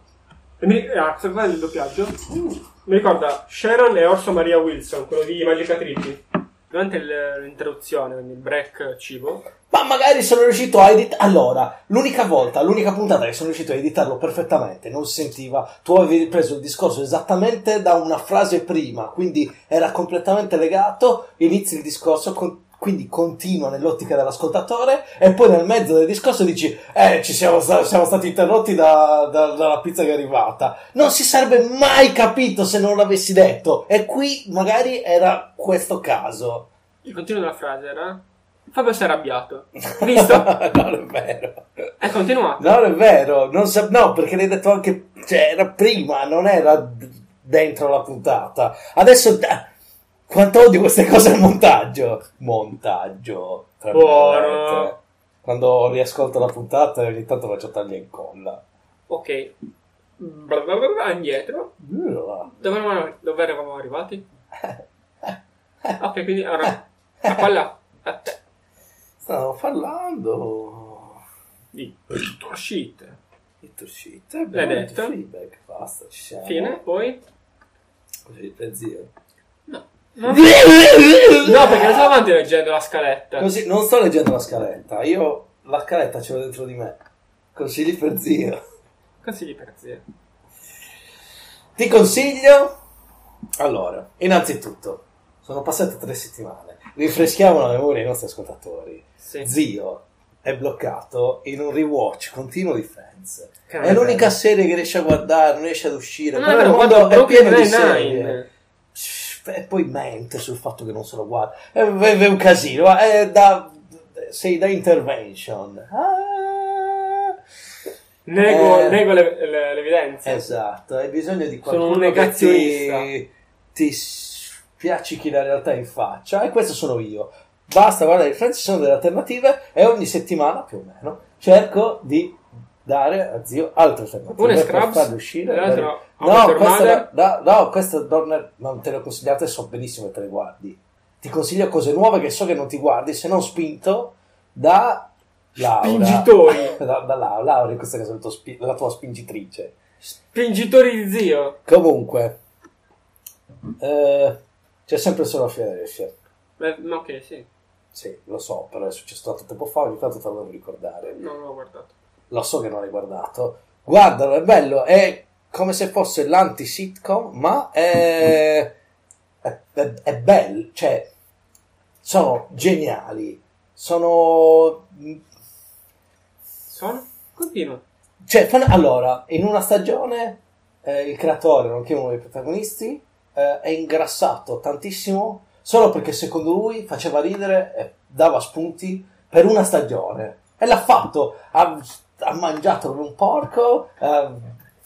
E mi, ah, se fai il doppiaggio, mi ricorda Sharon e Orso Maria Wilson, quello di Magicatrici. Durante il- l'interruzione, quindi il break cibo,
Ma magari sono riuscito a editare. Allora, l'unica volta, l'unica puntata che sono riuscito a editarlo perfettamente, non si sentiva. Tu avevi preso il discorso esattamente da una frase prima, quindi era completamente legato. Inizi il discorso, con- quindi continua nell'ottica dell'ascoltatore, e poi nel mezzo del discorso dici: Eh, ci siamo, sta- siamo stati interrotti da- da- dalla pizza che è arrivata. Non si sarebbe mai capito se non l'avessi detto. E qui magari era questo caso.
il continuo della frase era Fabio si è arrabbiato. Visto?
non è vero.
È continuato.
No, non è vero, non sa- no, perché l'hai detto anche, cioè, era prima, non era d- dentro la puntata. Adesso, da- quanto odio queste cose al montaggio. Montaggio, tra
Buono.
virgolette. Quando riascolto la puntata ogni tanto faccio taglia e incolla.
Ok. Bla bla bla bla, indietro. Dove eravamo, dove eravamo arrivati? Ok, quindi ora a palla a te.
Stavo parlando
Di shit.
di Toshita.
L'hai detto?
Feedback, basta, ci siamo.
Fine, poi.
Così, per zio.
No, perché stavo avanti leggendo la scaletta.
Così, non sto leggendo la scaletta, io la scaletta ce l'ho dentro di me. Consigli per zio.
Consigli per zia.
Ti consiglio. Allora, innanzitutto, sono passate tre settimane. Rinfreschiamo la memoria ai nostri ascoltatori.
Sì.
Zio è bloccato in un rewatch continuo di Friends.
Che non
È l'unica
bello.
serie che riesce a guardare, non riesce ad uscire.
Non
però
è vero,
il mondo
guarda
è pieno
Brooklyn
di serie.
Nine-Nine.
E poi mente sul fatto che non se lo guarda. È, è- è un casino. ma È da, sei da intervention. Ah.
Nego,
Eh.
nego le- le- l'evidenza.
Esatto, hai bisogno di
Sono
qualcuno
un negazionista.
che ti, ti spiaccichi la realtà in faccia e questo sono io. Basta guardare i Friends, ci sono delle alternative e ogni settimana più o meno cerco di dare a zio altre alternative
Una è
per
Scrubs,
farle uscire.
l'altra
dare-
How I Met
No,
Your
questa,
Mother.
no, no, questa Dorner non te l'ho consigliata e so benissimo che te le guardi. ti consiglio cose nuove che so che non ti guardi se non spinto da Laura.
Spingitori.
Da, da Lau- Laura, in questo caso, il tuo spi- la tua spingitrice.
Spingitori di zio.
Comunque, eh, c'è sempre solo Filadelfia.
Beh, ma ok, sì.
Sì, lo so, però è successo tanto tempo fa, ogni tanto te lo devo ricordare.
Non l'ho guardato.
Lo so che non l'hai guardato. Guardalo, è bello, è come se fosse l'anti-sitcom, ma è, è, è, è bello, cioè, sono geniali, sono...
Sono? Continua.
Cioè, fanno- allora, in una stagione eh, il creatore, nonché uno dei protagonisti, eh, è ingrassato tantissimo solo perché secondo lui faceva ridere e dava spunti per una stagione. E l'ha fatto, ha, ha mangiato come un porco, eh,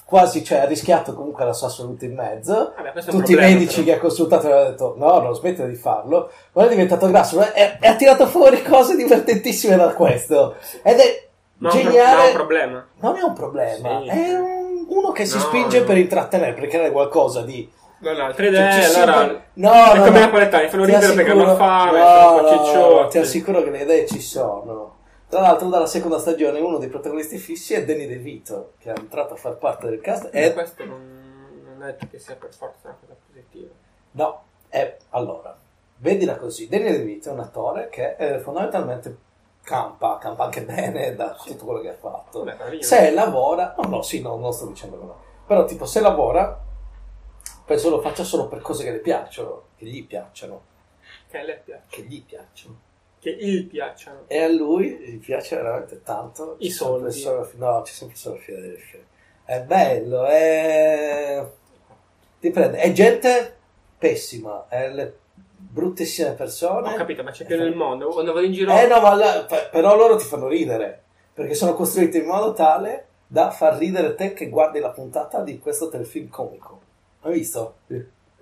quasi cioè, ha rischiato comunque la sua salute in mezzo.
Vabbè, questo è un
Tutti i
problema,
medici che
però.
ha consultato gli hanno detto no, non smettila di farlo, ma è diventato grasso e, e ha tirato fuori cose divertentissime da questo. Ed è
Ma è un, pro- ma è
geniale.
un problema.
Non è un problema,
Sì.
è un- uno che si
No,
spinge
no.
per intrattenere, per creare qualcosa di...
No, no, altre
cioè,
idee,
ci sono-
allora...
no,
è
no,
come
no.
la qualità, mi fanno
Ti
ridere perché
assicuro-
hanno fame,
no,
sono
no,
cicciotti.
ti assicuro che le idee ci sono. Tra l'altro dalla seconda stagione uno dei protagonisti fissi è Danny DeVito, che è entrato a far parte del cast.
E
E...
questo non, non è che sia per forza una cosa positiva.
No, è... allora, vedila così. Danny DeVito è un attore che eh, fondamentalmente campa, campa anche bene da tutto quello che ha fatto.
Vabbè, meraviglioso.
se lavora, no, no, sì, no, non sto dicendo che no, però tipo se lavora, penso lo faccia solo per cose che le piacciono, che gli piacciono,
Che a lei piace.
che gli piacciono.
Che il piacciono.
E a lui gli piace veramente tanto.
I
C'è sempre
soldi.
solo- no, c'è sempre solo Filadelfia. È bello, è... Ti prende. È gente pessima, è le bruttissime persone.
Ho capito, ma c'è più nel mondo. Quando vado in giro...
Eh no, ma la- pe- però loro ti fanno ridere perché sono costruiti in modo tale da far ridere te che guardi la puntata di questo telefilm comico. Hai visto?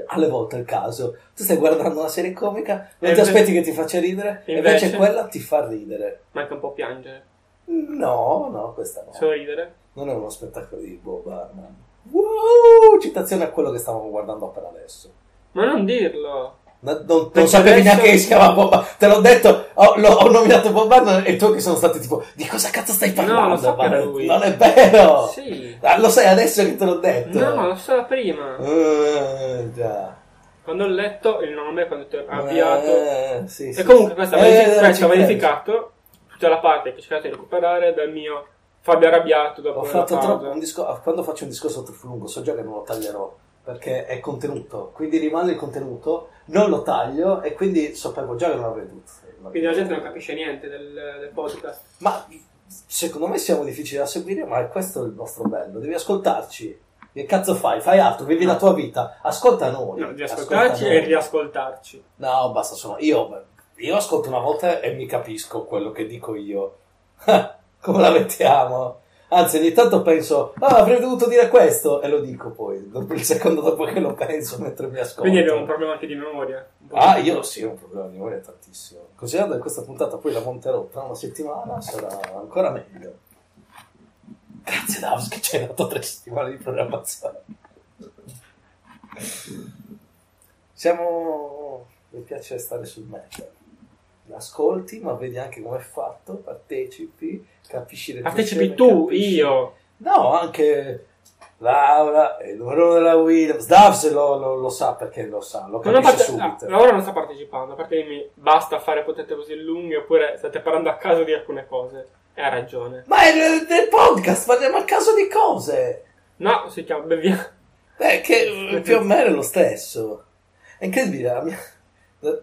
Alle volte è il caso. Tu stai guardando una serie comica, non
E
ti
invece-
aspetti che ti faccia ridere, e Eh, invece,
invece?
quella ti fa ridere.
Manca un po' piangere.
No, no, questa no.
Sorridere.
Non è uno spettacolo di Bob Barman. Wow! Citazione a quello che stavamo guardando per adesso.
Ma non dirlo.
No, non- non,
Perché
sapevi
adesso-
neanche che si chiamava Bob Marley. te l'ho detto, ho, l'ho- ho nominato Bob Marley e tu che sono stati tipo, di cosa cazzo stai parlando?
No, lo so che
Ma
era
non-
lui.
Non è vero!
Sì.
Ah, lo sai adesso che te l'ho detto?
No, lo so prima.
Eh, già.
Quando ho letto il nome, quando ti ho avviato...
Eh, sì, sì,
E comunque
sì.
questa
Eh,
verific-
non ci
questa ho
credo.
verificato tutta la parte che ho cercato di recuperare dal mio Fabio arrabbiato dopo
Ho
la
fatto
pausa.
troppo un disco- ah, quando faccio un discorso troppo lungo so già che non lo taglierò perché è contenuto, quindi rimane il contenuto, non lo taglio e quindi sapevo già che non avrei dovuto.
Quindi la gente non capisce niente del, del podcast.
Ma secondo me siamo difficili da seguire, ma questo è il nostro bello. Devi ascoltarci. Che cazzo fai? Fai altro, vivi la tua vita. Ascolta noi.
No, di
Ascolta
ascoltarci
noi.
e riascoltarci.
No, basta, sono io. Io ascolto una volta e mi capisco quello che dico io. Come la mettiamo? Anzi, ogni tanto penso, ah, avrei dovuto dire questo, e lo dico poi, dopo il secondo dopo che lo penso, mentre mi ascolto.
Quindi abbiamo un problema anche di memoria. Un po'
Ah,
di-
io sì, ho un problema di memoria tantissimo. Considerando che questa puntata poi la monterò tra una settimana, sarà ancora meglio. Grazie Davos che ci hai dato tre settimane di programmazione. Siamo... mi piace stare sul metal. Ascolti, ma vedi anche come è fatto, partecipi, capisci le
Partecipi
persone,
tu,
capisci-
io.
No, anche Laura, il numero della Williams, Davs lo, lo- lo sa perché lo sa, lo
Non ho
capisce
parte-
subito.
ah, Laura non sta partecipando perché mi basta fare potete così lunghe oppure state parlando a caso di alcune cose. E ha ragione.
Ma è nel, nel podcast, parliamo a caso di cose.
No, si chiama, beh, via.
Eh, che eh, più o meno è lo stesso. È incredibile, la mia-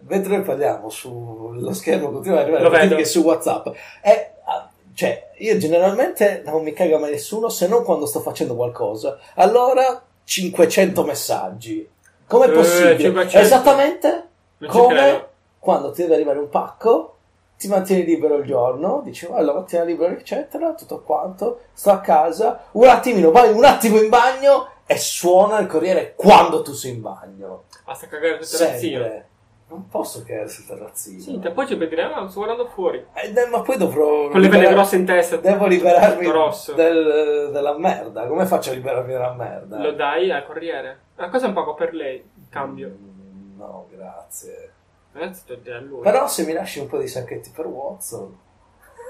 mentre noi parliamo sullo schermo continua ad arrivare
Lo
le notifiche
vedo.
su WhatsApp. È- ah, cioè, io generalmente non mi caga mai nessuno se non quando sto facendo qualcosa. Allora, 500 messaggi. Com'è
Eh,
possibile?
500.
Esattamente
Non ci
come
credo.
quando ti deve arrivare un pacco ti mantieni libero il giorno, dici "Oh, la mattina libera, eccetera, tutto quanto, sto a casa, un attimino, vai un attimo in bagno e suona il corriere quando tu sei in bagno.
Basta cagare tutto il razzino.
Sempre. Non posso creare sul terrazzino.
Sì, te poi ci puoi dire, ah, sto guardando fuori.
Eh, dai, ma poi dovrò...
Con le vene
liberar-
grosse in testa.
Devo liberarmi
tutto rosso.
del- della merda. Come faccio a liberarmi dalla merda?
Lo Ah, dai al corriere. Una cosa un poco per lei. Cambio.
Mm, No, grazie.
Ragazzi, ti ho detto a lui.
Però se mi lasci un po' di sacchetti per Watson,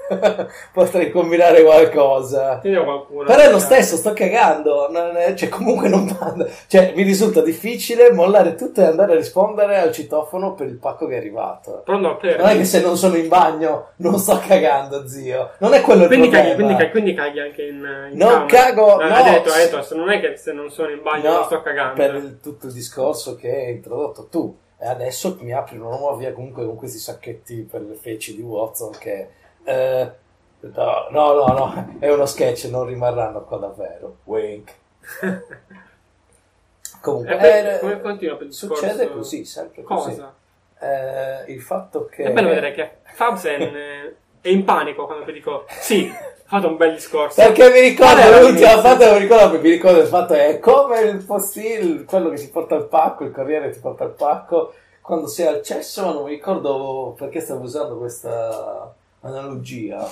potrei combinare qualcosa.
Ti devo qualcuno.
Però è lo stesso, sto cagando. Non è- cioè, comunque non manda. Cioè, mi risulta difficile mollare tutto e andare a rispondere al citofono per il pacco che è arrivato.
Pronto, per.
Non è che se non sono in bagno non sto cagando, zio. Non è quello il
Quindi caghi,
problema.
quindi, caghi, quindi caghi anche in, in
Non
camera.
cago,
Ah,
no.
Ha detto, ha detto, se non è che se non sono in bagno
No,
non sto cagando.
Per il- tutto il discorso che hai introdotto tu. E adesso mi apri una nuova via comunque con questi sacchetti per le feci di Watson che... eh, no, no, no, no, è uno sketch, non rimarranno qua davvero. Wink. Comunque,
E poi,
eh,
come continua per il discorso?
succede così, sempre così.
Cosa?
Eh, il fatto che...
È bello vedere che Fabsen eh, è in panico quando ti dico sì, ha fatto un bel discorso.
Perché mi ricordo
Qual era
l'ultima
l'inizio?
foto che mi ricordo, mi ricordo il fatto è come il postil, quello che si porta al pacco, il corriere ti porta al pacco quando sei al cesso, ma non mi ricordo perché stavo usando questa analogia.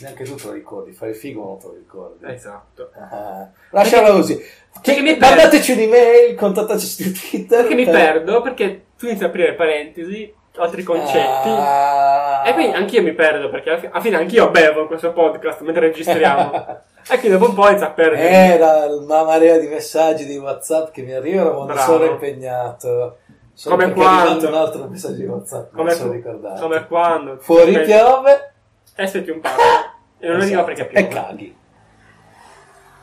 Neanche tu te lo ricordi, fai il figo ma non te lo ricordi.
Esatto.
Ah, lasciamola così.
perché mi perdo.
Mandateci un'email, contattateci su Twitter.
Perché mi
per-
perdo? Perché tu inizi a aprire parentesi, altri concetti.
Ah.
E quindi anch'io mi perdo perché alla fi- alla fine anch'io bevo in questo podcast mentre registriamo. e quindi dopo un po' inizio a perdere.
Era una Eh, marea di messaggi di WhatsApp che mi arrivano, ma non
Bravo.
sono impegnato. Solo
Come
perché è arrivato
quando-
un altro messaggio di WhatsApp, non
come,
so ricordare.
come quando
Fuori
Beh,
piove
e se ti un pacco. E non arriva
Esatto.
perché
e
piove.
caghi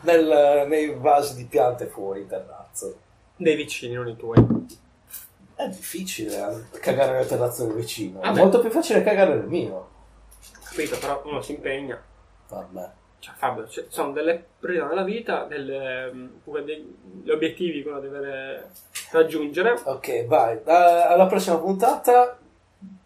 Nel- nei vasi di piante fuori in terrazzo.
Dei vicini, non i tuoi.
È difficile eh, cagare nel terrazzo del vicino, è
Vabbè.
molto più facile cagare nel mio.
Capito? Però uno si impegna.
Vabbè.
Cioè, Fabio, ci sono delle priorità nella vita, delle, mm, comunque degli obiettivi che uno deve raggiungere.
Ok, vai. Da- alla prossima puntata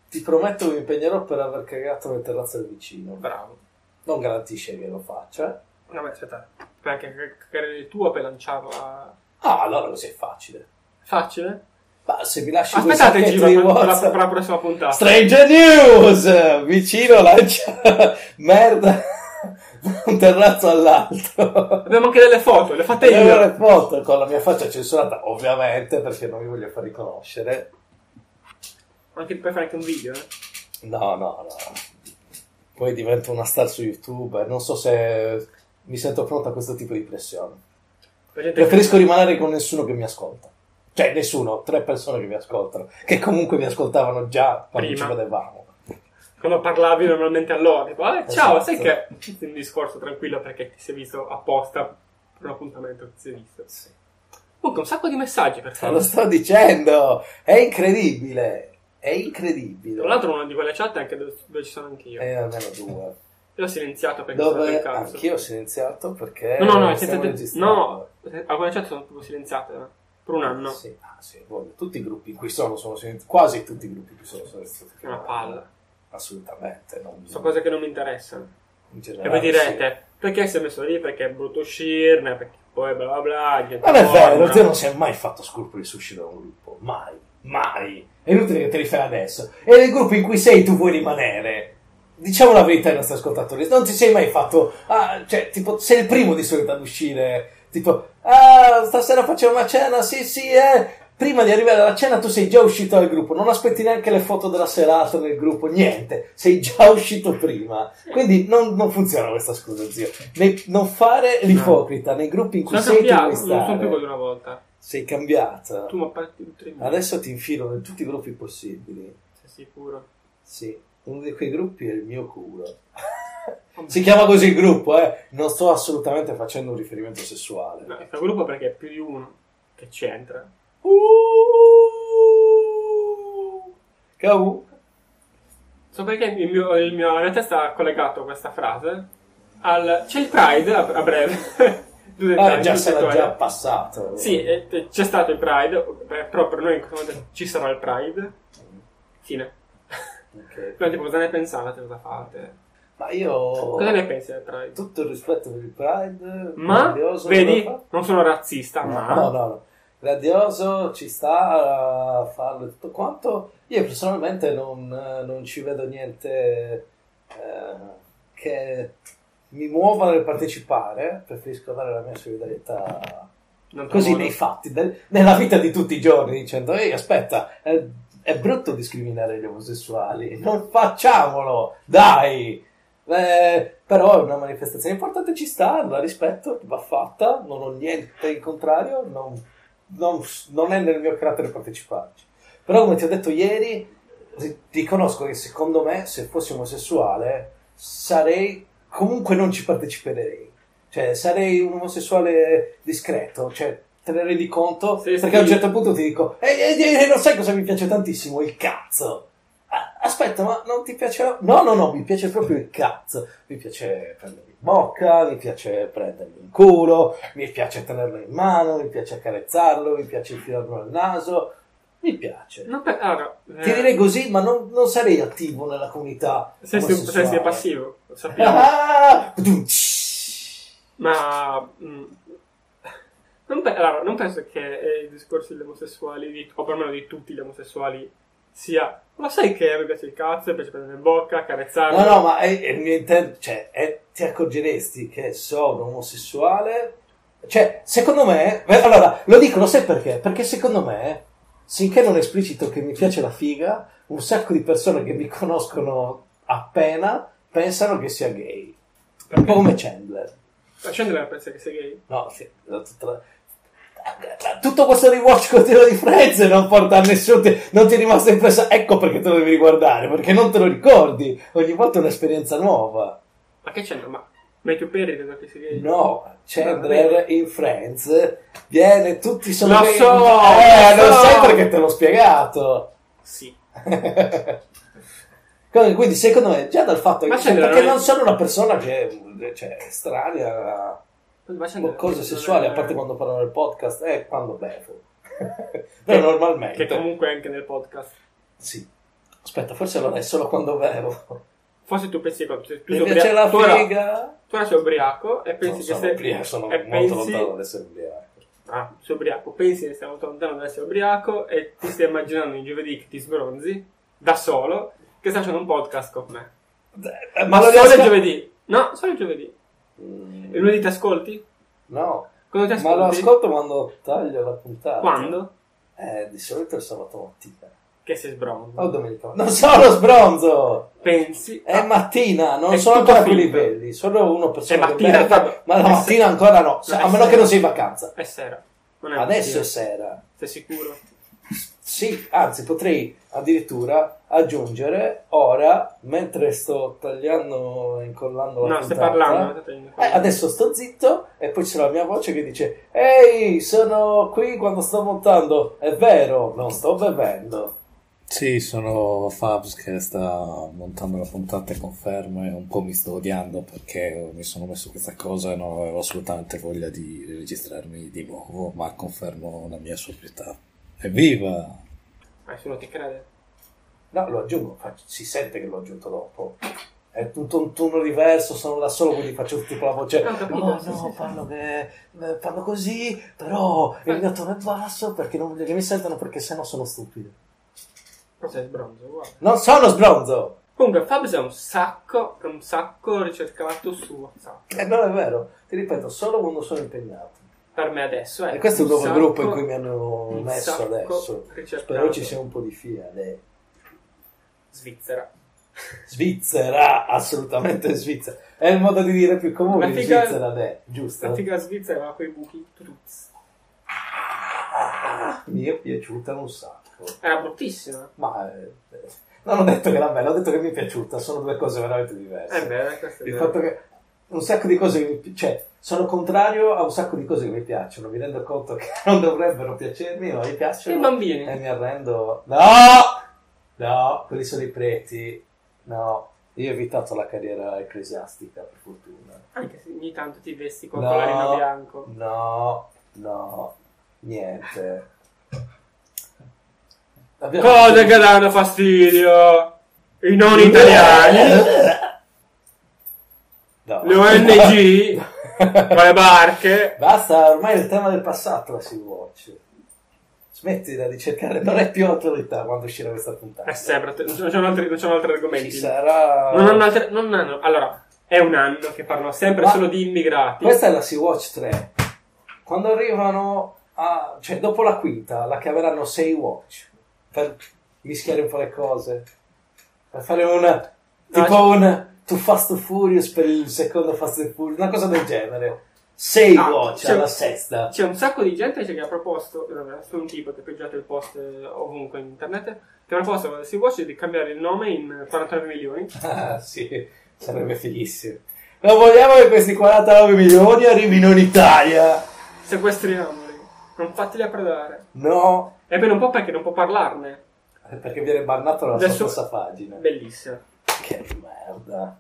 ti prometto che mi impegnerò per aver cagato nel terrazzo del vicino.
Bravo.
Non garantisce che lo faccia, eh.
No, ma aspetta, puoi anche creare il tuo per lanciarlo a...
Ah, allora così è facile.
Facile?
Ma se mi lasci quei
Aspettate
sacchetti
Giva
di
per, per la,
WhatsApp-
per la prossima puntata.
Stranger News! Vicino lancia merda da un terrazzo all'altro.
Abbiamo anche delle foto, le ho fatte
E
io.
allora le foto con la mia faccia censurata, ovviamente, perché non mi voglio far riconoscere.
Anche, puoi fare anche un video, eh.
No, no, no. Poi divento una star su YouTube e non so se mi sento pronta a questo tipo di pressione.
Per gente che-
Preferisco rimanere con nessuno che mi ascolta. Cioè, nessuno, tre persone che mi ascoltano, che comunque mi ascoltavano già quando
Prima.
ci vedevamo.
Quando parlavi normalmente allora, tipo, eh, ciao,
Esatto.
sai che... È un discorso tranquillo perché ti sei visto apposta per un appuntamento che ti sei visto.
Sì.
Comunque, un sacco di messaggi per
Te
favore.
lo sto dicendo, è incredibile, è incredibile.
Tra l'altro una di quelle chat è anche dove, dove ci sono anch'io.
Eh, almeno due.
Io ho silenziato perché sono
Dove
per caso.
anch'io ho silenziato perché...
No, no,
stiamo
no, silenziate-
registrando.
no, alcune chat sono proprio silenziate eh, per un anno.
Sì, ah, sì, voglio. Tutti i gruppi in cui sono, sono silenziati, quasi tutti i gruppi in cui sono sono silenziati.
È una palla.
Assolutamente, non
Sono cose che non mi interessano.
in
E
generale,
voi
Ah, sì.
direte, perché sei messo lì? Perché è brutto uscirne, perché poi bla bla bla. gente
Non è
buona.
vero, te non si è mai fatto scrupoli di uscire da un gruppo, mai, mai. È inutile che te li fai adesso. E nel gruppo in cui sei tu vuoi rimanere. Diciamo la verità ai nostri ascoltatori, non ti sei mai fatto... Ah, cioè, tipo, sei il primo di solito ad uscire. Tipo, ah, stasera facciamo una cena, sì, sì, eh. Prima di arrivare alla cena tu sei già uscito dal gruppo, non aspetti neanche le foto della serata nel gruppo, niente, sei già uscito prima. Quindi non, non funziona questa scusa, zio. Ne- non fare l'ipocrita nei gruppi in cui
Sono
sei tu
cambiato,
vuoi
non sono
stare.
più quello di una volta.
Sei cambiata.
Tu mi parti tutti tre mesi.
Adesso ti infilo in tutti i gruppi possibili.
Sei sicuro?
Sì, uno di quei gruppi è il mio culo.
Vabbè.
si chiama così il gruppo, eh. Non sto assolutamente facendo un riferimento sessuale.
No, sta gruppo perché è più di uno che c'entra.
Uh! Cavù.
So perché il mio, il mio- la mia testa ha collegato questa frase al... C'è il Pride a, a breve. Due
Ah,
dettagli,
già
due
sarà
dettagli.
già passato.
Sì, eh, eh, c'è stato il Pride, eh, però per noi in questo momento ci sarà il Pride. Fine.
Ok.
Però tipo, cosa ne pensate? Cosa fate?
Ma io...
Cosa ne pensi del Pride?
Tutto il rispetto per il Pride.
Ma,
grandioso,
vedi,
cosa fa?
non sono razzista, ma...
No, no, no. Grandioso, ci sta a farlo e tutto quanto. Io personalmente non, eh, non ci vedo niente eh, che mi muova nel partecipare. Preferisco dare la mia solidarietà
in altro
così
modo.
nei fatti, nel- nella vita di tutti i giorni, dicendo ehi aspetta, eh, È brutto discriminare gli omosessuali, non facciamolo, dai! Eh, però è una manifestazione importante, ci sta, la rispetto, va fatta, non ho niente in contrario, non, non- non è nel mio carattere parteciparci. Però come ti ho detto ieri, ti- ti conosco che secondo me se fossi omosessuale sarei, comunque non ci parteciperei. Cioè sarei un omosessuale discreto, cioè te ne rendi conto?
Sì,
perché
sì.
a un certo punto ti dico, e non eh, sai cosa mi piace tantissimo? Il cazzo! Ah, Aspetta, ma non ti piacerà? No, no, no, mi piace proprio il cazzo. Mi piace prendermi in bocca, mi piace prendermi in culo, mi piace tenerlo in mano, mi piace accarezzarlo, mi piace infilarlo al naso. Mi piace.
Non per- allora, eh,
Ti direi così, ma non, non sarei attivo nella comunità.
sei, sei-
omosessuale.
sei passivo, lo sappiamo.
Ah!
Ma mh, non, pe- allora, non penso che eh, il discorso degli omosessuali, di- o perlomeno di tutti gli omosessuali, sia. Ma sai che mi piace il cazzo, mi piace prendere in bocca, carezzarlo.
No, no, ma è, è il mio intento. Cioè, è- ti accorgeresti che sono omosessuale? Cioè, secondo me. beh, allora, lo dico, lo sai perché? Perché secondo me, sinché non esplicito che mi piace la figa, un sacco di persone che mi conoscono appena pensano che sia gay. Un po' come Chandler.
Ma Chandler pensa che sei gay.
No, sì, no, tutta la- Tutto questo rewatch continuo di Friends non porta a nessuno, non ti è rimasto impresso. Ecco perché te lo devi riguardare, perché non te lo ricordi. Ogni volta è un'esperienza nuova.
Ma che c'entra? Ma Matthew Perry pensa che sei gay.
No, Chandler in Friends viene, tutti sono.
Lo
gay.
so,
eh,
lo
non
so.
sai perché te l'ho spiegato.
Sì.
Quindi, quindi, secondo me, già dal fatto
Ma
che.
Chandler
Perché
non è-
non sono una persona che. cioè, strana.
Ma Chandler-
cose sessuali, a parte quando parlo nel podcast, è quando bevo. Però normalmente.
Che comunque anche nel podcast.
Sì. Aspetta, forse allora è solo quando bevo.
Forse tu pensi che tu, tu sei
Mi piace
ubria-
la
tu ora-
figa.
tu ora sei ubriaco e pensi
Non
che
sono
sei
ubriaco, sono
e
molto
pensi-
lontano dall'essere ubriaco.
Ah, sei ubriaco, pensi che stai molto lontano da essere ubriaco e ti stai immaginando un giovedì che ti sbronzi da solo che stai facendo un podcast con me.
Eh,
Ma
lo
solo il
riesco-
giovedì? No, solo il giovedì.
Mm,
Il lunedì ti ascolti?
No,
Quando ti
ma
ascolti?
lo ascolto quando taglio la puntata.
Quando?
Eh, di solito è sabato mattina.
Che sei sbronzo.
O domenica. Non sono sbronzo!
Pensi?
È mattina, non
Ah. È
sono
tutto
ancora a quei
finto.
livelli. Sono uno
È
persona che
mattina,
beve.
vabbè.
Ma la
È
mattina ancora no,
No,
a
è
meno
sera.
che non sei in vacanza.
se- È sera. Non è
Adesso
mattina.
è sera.
Sei sicuro?
Sì, anzi, potrei addirittura aggiungere ora, mentre sto tagliando e incollando la
no, stai
puntata,
parlando. stai tenendo
eh,
conto.
adesso sto zitto e poi c'è la mia voce che dice Ehi, sono qui quando sto montando. È vero, non sto bevendo.
Sì, sono Fabs che sta montando la puntata e confermo e un po' mi sto odiando perché mi sono messo questa cosa e non avevo assolutamente voglia di registrarmi di nuovo, ma confermo la mia sobrietà. Evviva!
Ma Ah, nessuno ti crede.
No, lo aggiungo, faccio- si sente che l'ho aggiunto dopo. È tutto un tono diverso, sono da solo, quindi faccio tipo la voce.
No, ho capito,
No,
sì, sì,
no,
sì.
parlo, che- eh, parlo così, però il mio tono è basso perché non voglio che mi sentano perché sennò sono stupido.
Però sei sbronzo, guarda.
Non sono sbronzo!
Comunque, Fabs è un sacco, è un sacco ricercato su WhatsApp.
Eh, non è vero, ti ripeto, solo quando sono impegnato.
Per me adesso è.
E questo è un nuovo
sacco-
gruppo in cui mi hanno
un
messo
sacco
adesso.
ricercato.
Spero ci sia un po' di fiale.
Svizzera.
Svizzera, assolutamente Svizzera. È il modo di dire più comune
La
in
figa-
Svizzera, è, giusto?
La figa svizzera ha quei buchi. tutuzzi.
Ah, mi è piaciuta un sacco.
Era bruttissima.
Ma eh, non ho detto che era bella, ho detto che mi è piaciuta, sono due cose veramente diverse.
È vero, Eh questo è
Il
vero.
fatto che un sacco di cose che mi pi- cioè sono contrario a un sacco di cose che mi piacciono, mi rendo conto che non dovrebbero piacermi, ma mi
E i
piacciono
bambini.
e mi arrendo. No! No, quelli sono i preti. No, io ho evitato la carriera ecclesiastica per fortuna.
Anche se ogni tanto ti vesti con
No.
collarino bianco.
No, no, niente. Abbiamo-
Cose che danno fastidio. I non italiani.
No.
Le ONG. con le barche.
Basta, ormai è il tema del passato la si watch. Smettila di cercare, non è più autorità quando uscirà questa puntata.
Eh È sempre. Non c'erano altri, non c'erano altri
Ci
argomenti.
sarà...
Non hanno altre- non hanno- allora, è un anno che parlano sempre
Ma-
solo di immigrati.
Questa è la Sea Watch 3. Quando arrivano a... cioè dopo la quinta la chiameranno Sea Watch. Per mischiare un po' le cose. Per fare una. Tipo
Ah,
una. To Fast and Furious per il secondo Fast and Furious, una cosa del genere. Sei
Ah,
watch
c'è-
alla sesta.
C'è un sacco di gente che ha proposto, eh, su un tipo che ha peggiato il post eh, ovunque in internet, che ha proposto quando si Watch di cambiare il nome in 49 milioni.
Ah, sì, sarebbe fighissimo. Non vogliamo che questi 49 milioni arrivino in Italia.
Sequestriamoli, non fateli approdare.
No,
Ebbene, un po' perché non può parlarne.
perché viene bannato la sua
Adesso-
stessa pagina.
Bellissimo.
Che merda.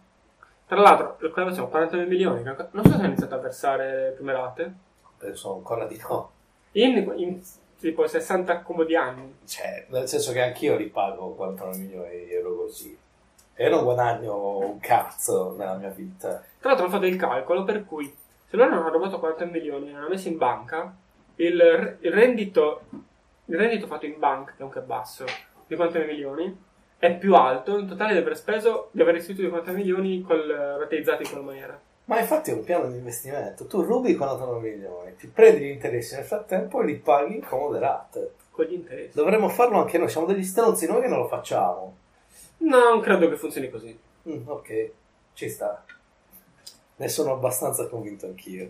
Tra l'altro, eh, quando siamo 49 milioni, non so se hanno iniziato a versare prime rate.
Penso Eh, ancora di no.
In, in tipo 60 comodi anni.
Cioè, nel senso che anch'io ripago 49 milioni di euro così. E non guadagno un cazzo nella mia vita.
Tra l'altro, ho fatto il calcolo per cui se loro non hanno rubato 40 milioni e non hanno messo in banca, il, re- il rendito, il rendito fatto in banca, che anche è basso, di 49 milioni è più alto in totale di aver speso, di aver restituito 40 milioni col, rateizzati in quella maniera.
Ma infatti è un piano di investimento. Tu rubi 49 milioni, ti prendi gli interessi nel frattempo e li paghi in comoderate.
Con gli interessi.
Dovremmo farlo anche noi, siamo degli stronzi noi che non lo facciamo.
No, non credo che funzioni così.
Mm, ok, ci sta. Ne sono abbastanza convinto anch'io.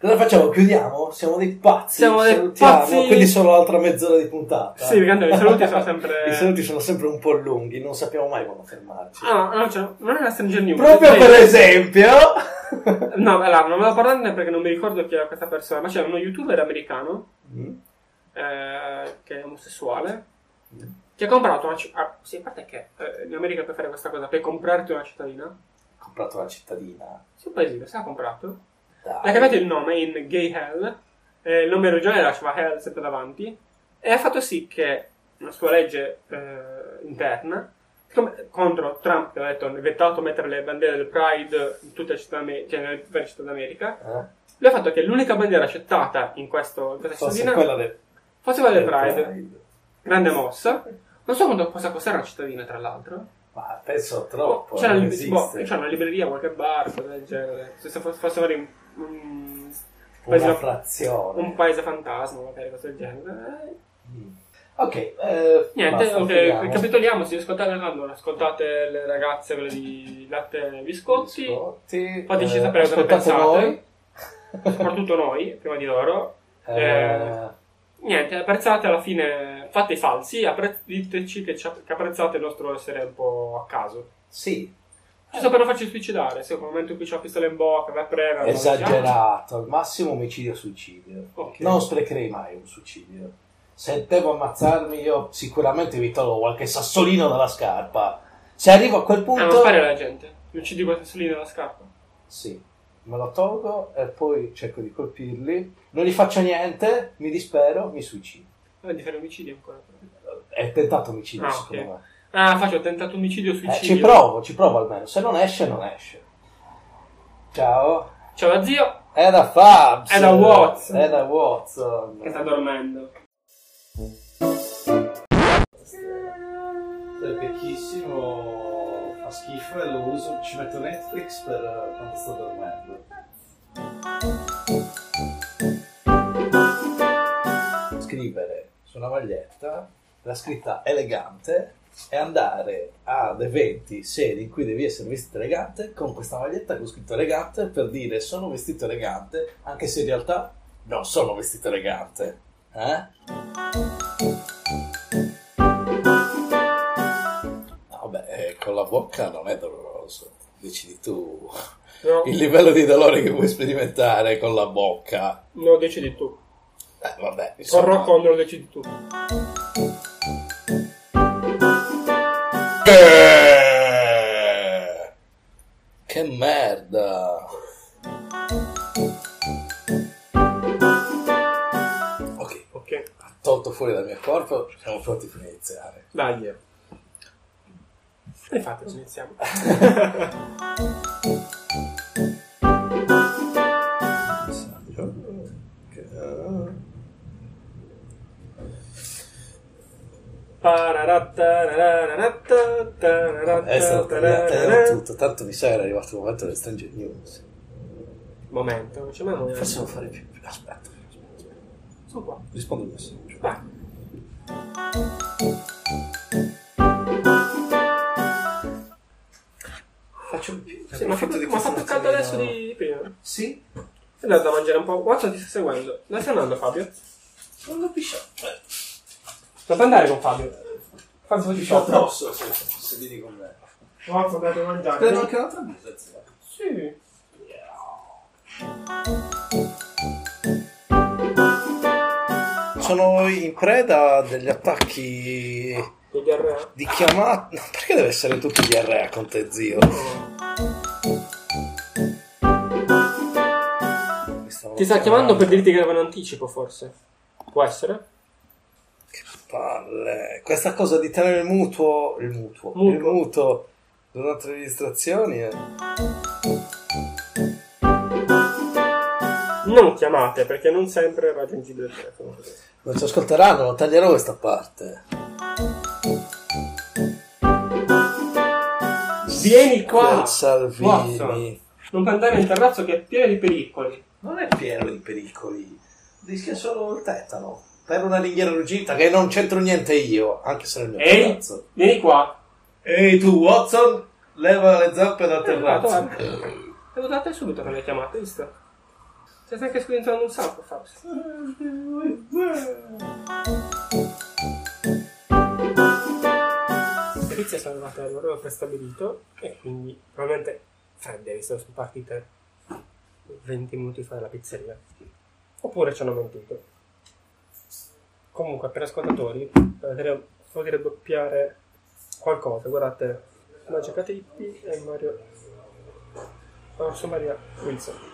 Cosa facciamo? Chiudiamo? Siamo dei pazzi.
Siamo dei
Salutiamo,
pazzi.
Quindi solo l'altra mezz'ora di puntata.
Sì, perché i saluti sono sempre.
Ah. I saluti sono sempre un po' lunghi, non sappiamo mai quando fermarci.
Ah, no, no, cioè, non è una Stranger News.
Proprio
Dai.
per esempio,
No, allora, non volevo parlarne perché non mi ricordo chi era questa persona, ma c'era uno youtuber americano
Mm,
eh, che è omosessuale
mm.
che ha comprato una cittadina. sì, a parte che eh, in America puoi fare questa cosa, per comprarti una cittadina.
ho comprato la cittadina.
Sì, un paesino, se l'ha comprato.
Dai.
Le ha cambiato il nome in Gay Hell, eh, il nome regionale lasciava Hell sempre davanti, e ha fatto sì che una sua legge eh, interna, siccome- contro Trump che ha detto è vietato mettere le bandiere del Pride in tutte le città, d'Ame- cioè nelle varie città d'America,
Eh?
lui ha fatto che l'unica bandiera accettata in, questo, in questa
Forse
cittadina
quella del,
fosse quella del Pride.
Pride.
Grande mossa. Non so quanto cosa costare una cittadina, tra l'altro.
Ma penso troppo.
c'era,
non
lib- boh,
esiste.
c'era una libreria, qualche bar, cose del genere. Se fosse fosse magari un, un-
Una
paese-
frazione.
un paese fantasma, magari cose del genere. Eh,
Mm. Ok, eh,
Niente,
basta,
ok,
chiudiamo.
ricapitoliamo. Se ascoltate allora, ascoltate le ragazze, quelle di latte e biscotti.
Biscotti,
Fateci
eh,
sapere cosa ne
ascoltate
pensate.
voi.
Soprattutto noi, prima di loro.
Eh,
Niente, apprezzate alla fine, fate i falsi, apprezz- diteci che, ci app- che apprezzate il nostro essere un po' a caso.
sì, Eh.
Giusto per non farci suicidare, se al momento in cui c'è la pistola in bocca, va a prendere...
esagerato, al massimo omicidio-suicidio.
Ok.
Non sprecherei mai un suicidio. Se devo ammazzarmi, io sicuramente vi tolgo qualche sassolino dalla scarpa. Se arrivo a quel
Ah,
punto,
non spari alla gente. Mi uccidi quel sassolino dalla scarpa.
sì, me lo tolgo e poi cerco di colpirli. Non gli faccio niente, mi dispero, mi suicido.
Ah, di fare omicidio ancora. però.
È tentato omicidio,
Ah, ok.
secondo me.
Ah, faccio tentato omicidio
Eh,
suicidio.
ci provo, ci provo almeno. Se non esce, non esce. Ciao.
Ciao da zio,
È da Fabs.
È da Watson.
È da Watson.
che sta dormendo.
È vecchissimo, fa schifo e lo uso, ci metto Netflix per eh, quando sto dormendo. Scrivere su una maglietta la scritta elegante e andare ad eventi, sedi in cui devi essere vestito elegante con questa maglietta con scritto elegante per dire sono vestito elegante, anche se in realtà non sono vestito elegante. Eh?
Vabbè, eh, con la bocca non è doloroso. Decidi tu
No,
il livello di dolore che vuoi sperimentare con la bocca.
no, decidi tu.
Eh, vabbè,
Con
insomma.
Rock on, lo decidi tu.
Eh, Che merda! Ok,
Ok.
ha tolto fuori dal mio corpo, siamo pronti per iniziare.
Dai. eh. E infatti, ci iniziamo.
messaggio. Che- eh,
Adesso
Adesso
lo tagliate tutto, tanto mi sa che era arrivato il momento delle Stranger News.
Momento, non c'è mai un
Forse
momento.
non fare più. Aspetta, aspetta, aspetta.
Sono qua.
rispondo al messaggio.
Vai.
c'è un
Sì, ma fa,
approfitto di
ma
cioè, questa
fa più
mattina.
caldo adesso di prima.
Sì?
Sei andato a mangiare un po'. Guarda, ti sto seguendo. Dove stai andando, Fabio?
Non lo pisciato.
Non puoi andare con Fabio. Fabio ti
Ci ho
sciopero.
addosso, se, se vieni con me.
Guarda, andate a mangiare.
Spero anche un'altra birra, zia.
Sì.
Sono in preda a degli attacchi
Con diarrea.
di chiamata. No, perché deve essere tutto diarrea con te, zio? Mi stavo
Ti sta chiamando per dirti che era in anticipo, forse. Può essere?
Palle. Questa cosa di tenere il mutuo. Il mutuo.
Mutuo.
Il mutuo durante le registrazioni. è-
Non chiamate, perché non sempre è raggiungibile il telefono.
Non ci ascolteranno, non taglierò questa parte.
Vieni qua!
Per Salvini.
Watson. Non puoi andare in terrazzo che è pieno di pericoli.
Non è pieno di pericoli. Rischia solo il tetano. Per una ringhiera ruggita che non c'entro niente io, anche se nel mio
Ehi.
terrazzo.
Vieni qua.
Ehi tu, Watson, leva le zampe dal terrazzo.
Eh, guarda. Devo darti subito con le chiamate, visto? Stai anche scrivendo un sacco, Fabio. Le pizze sono arrivate all'ora prestabilito e quindi probabilmente fredde, visto che sono partite 20 minuti fa dalla pizzeria. Oppure ci hanno mentito. Comunque, per ascoltatori, eh, vedremo- vorrei doppiare qualcosa. Guardate, Magica Tippi Oh, e Mario... Orso Maria Wilson.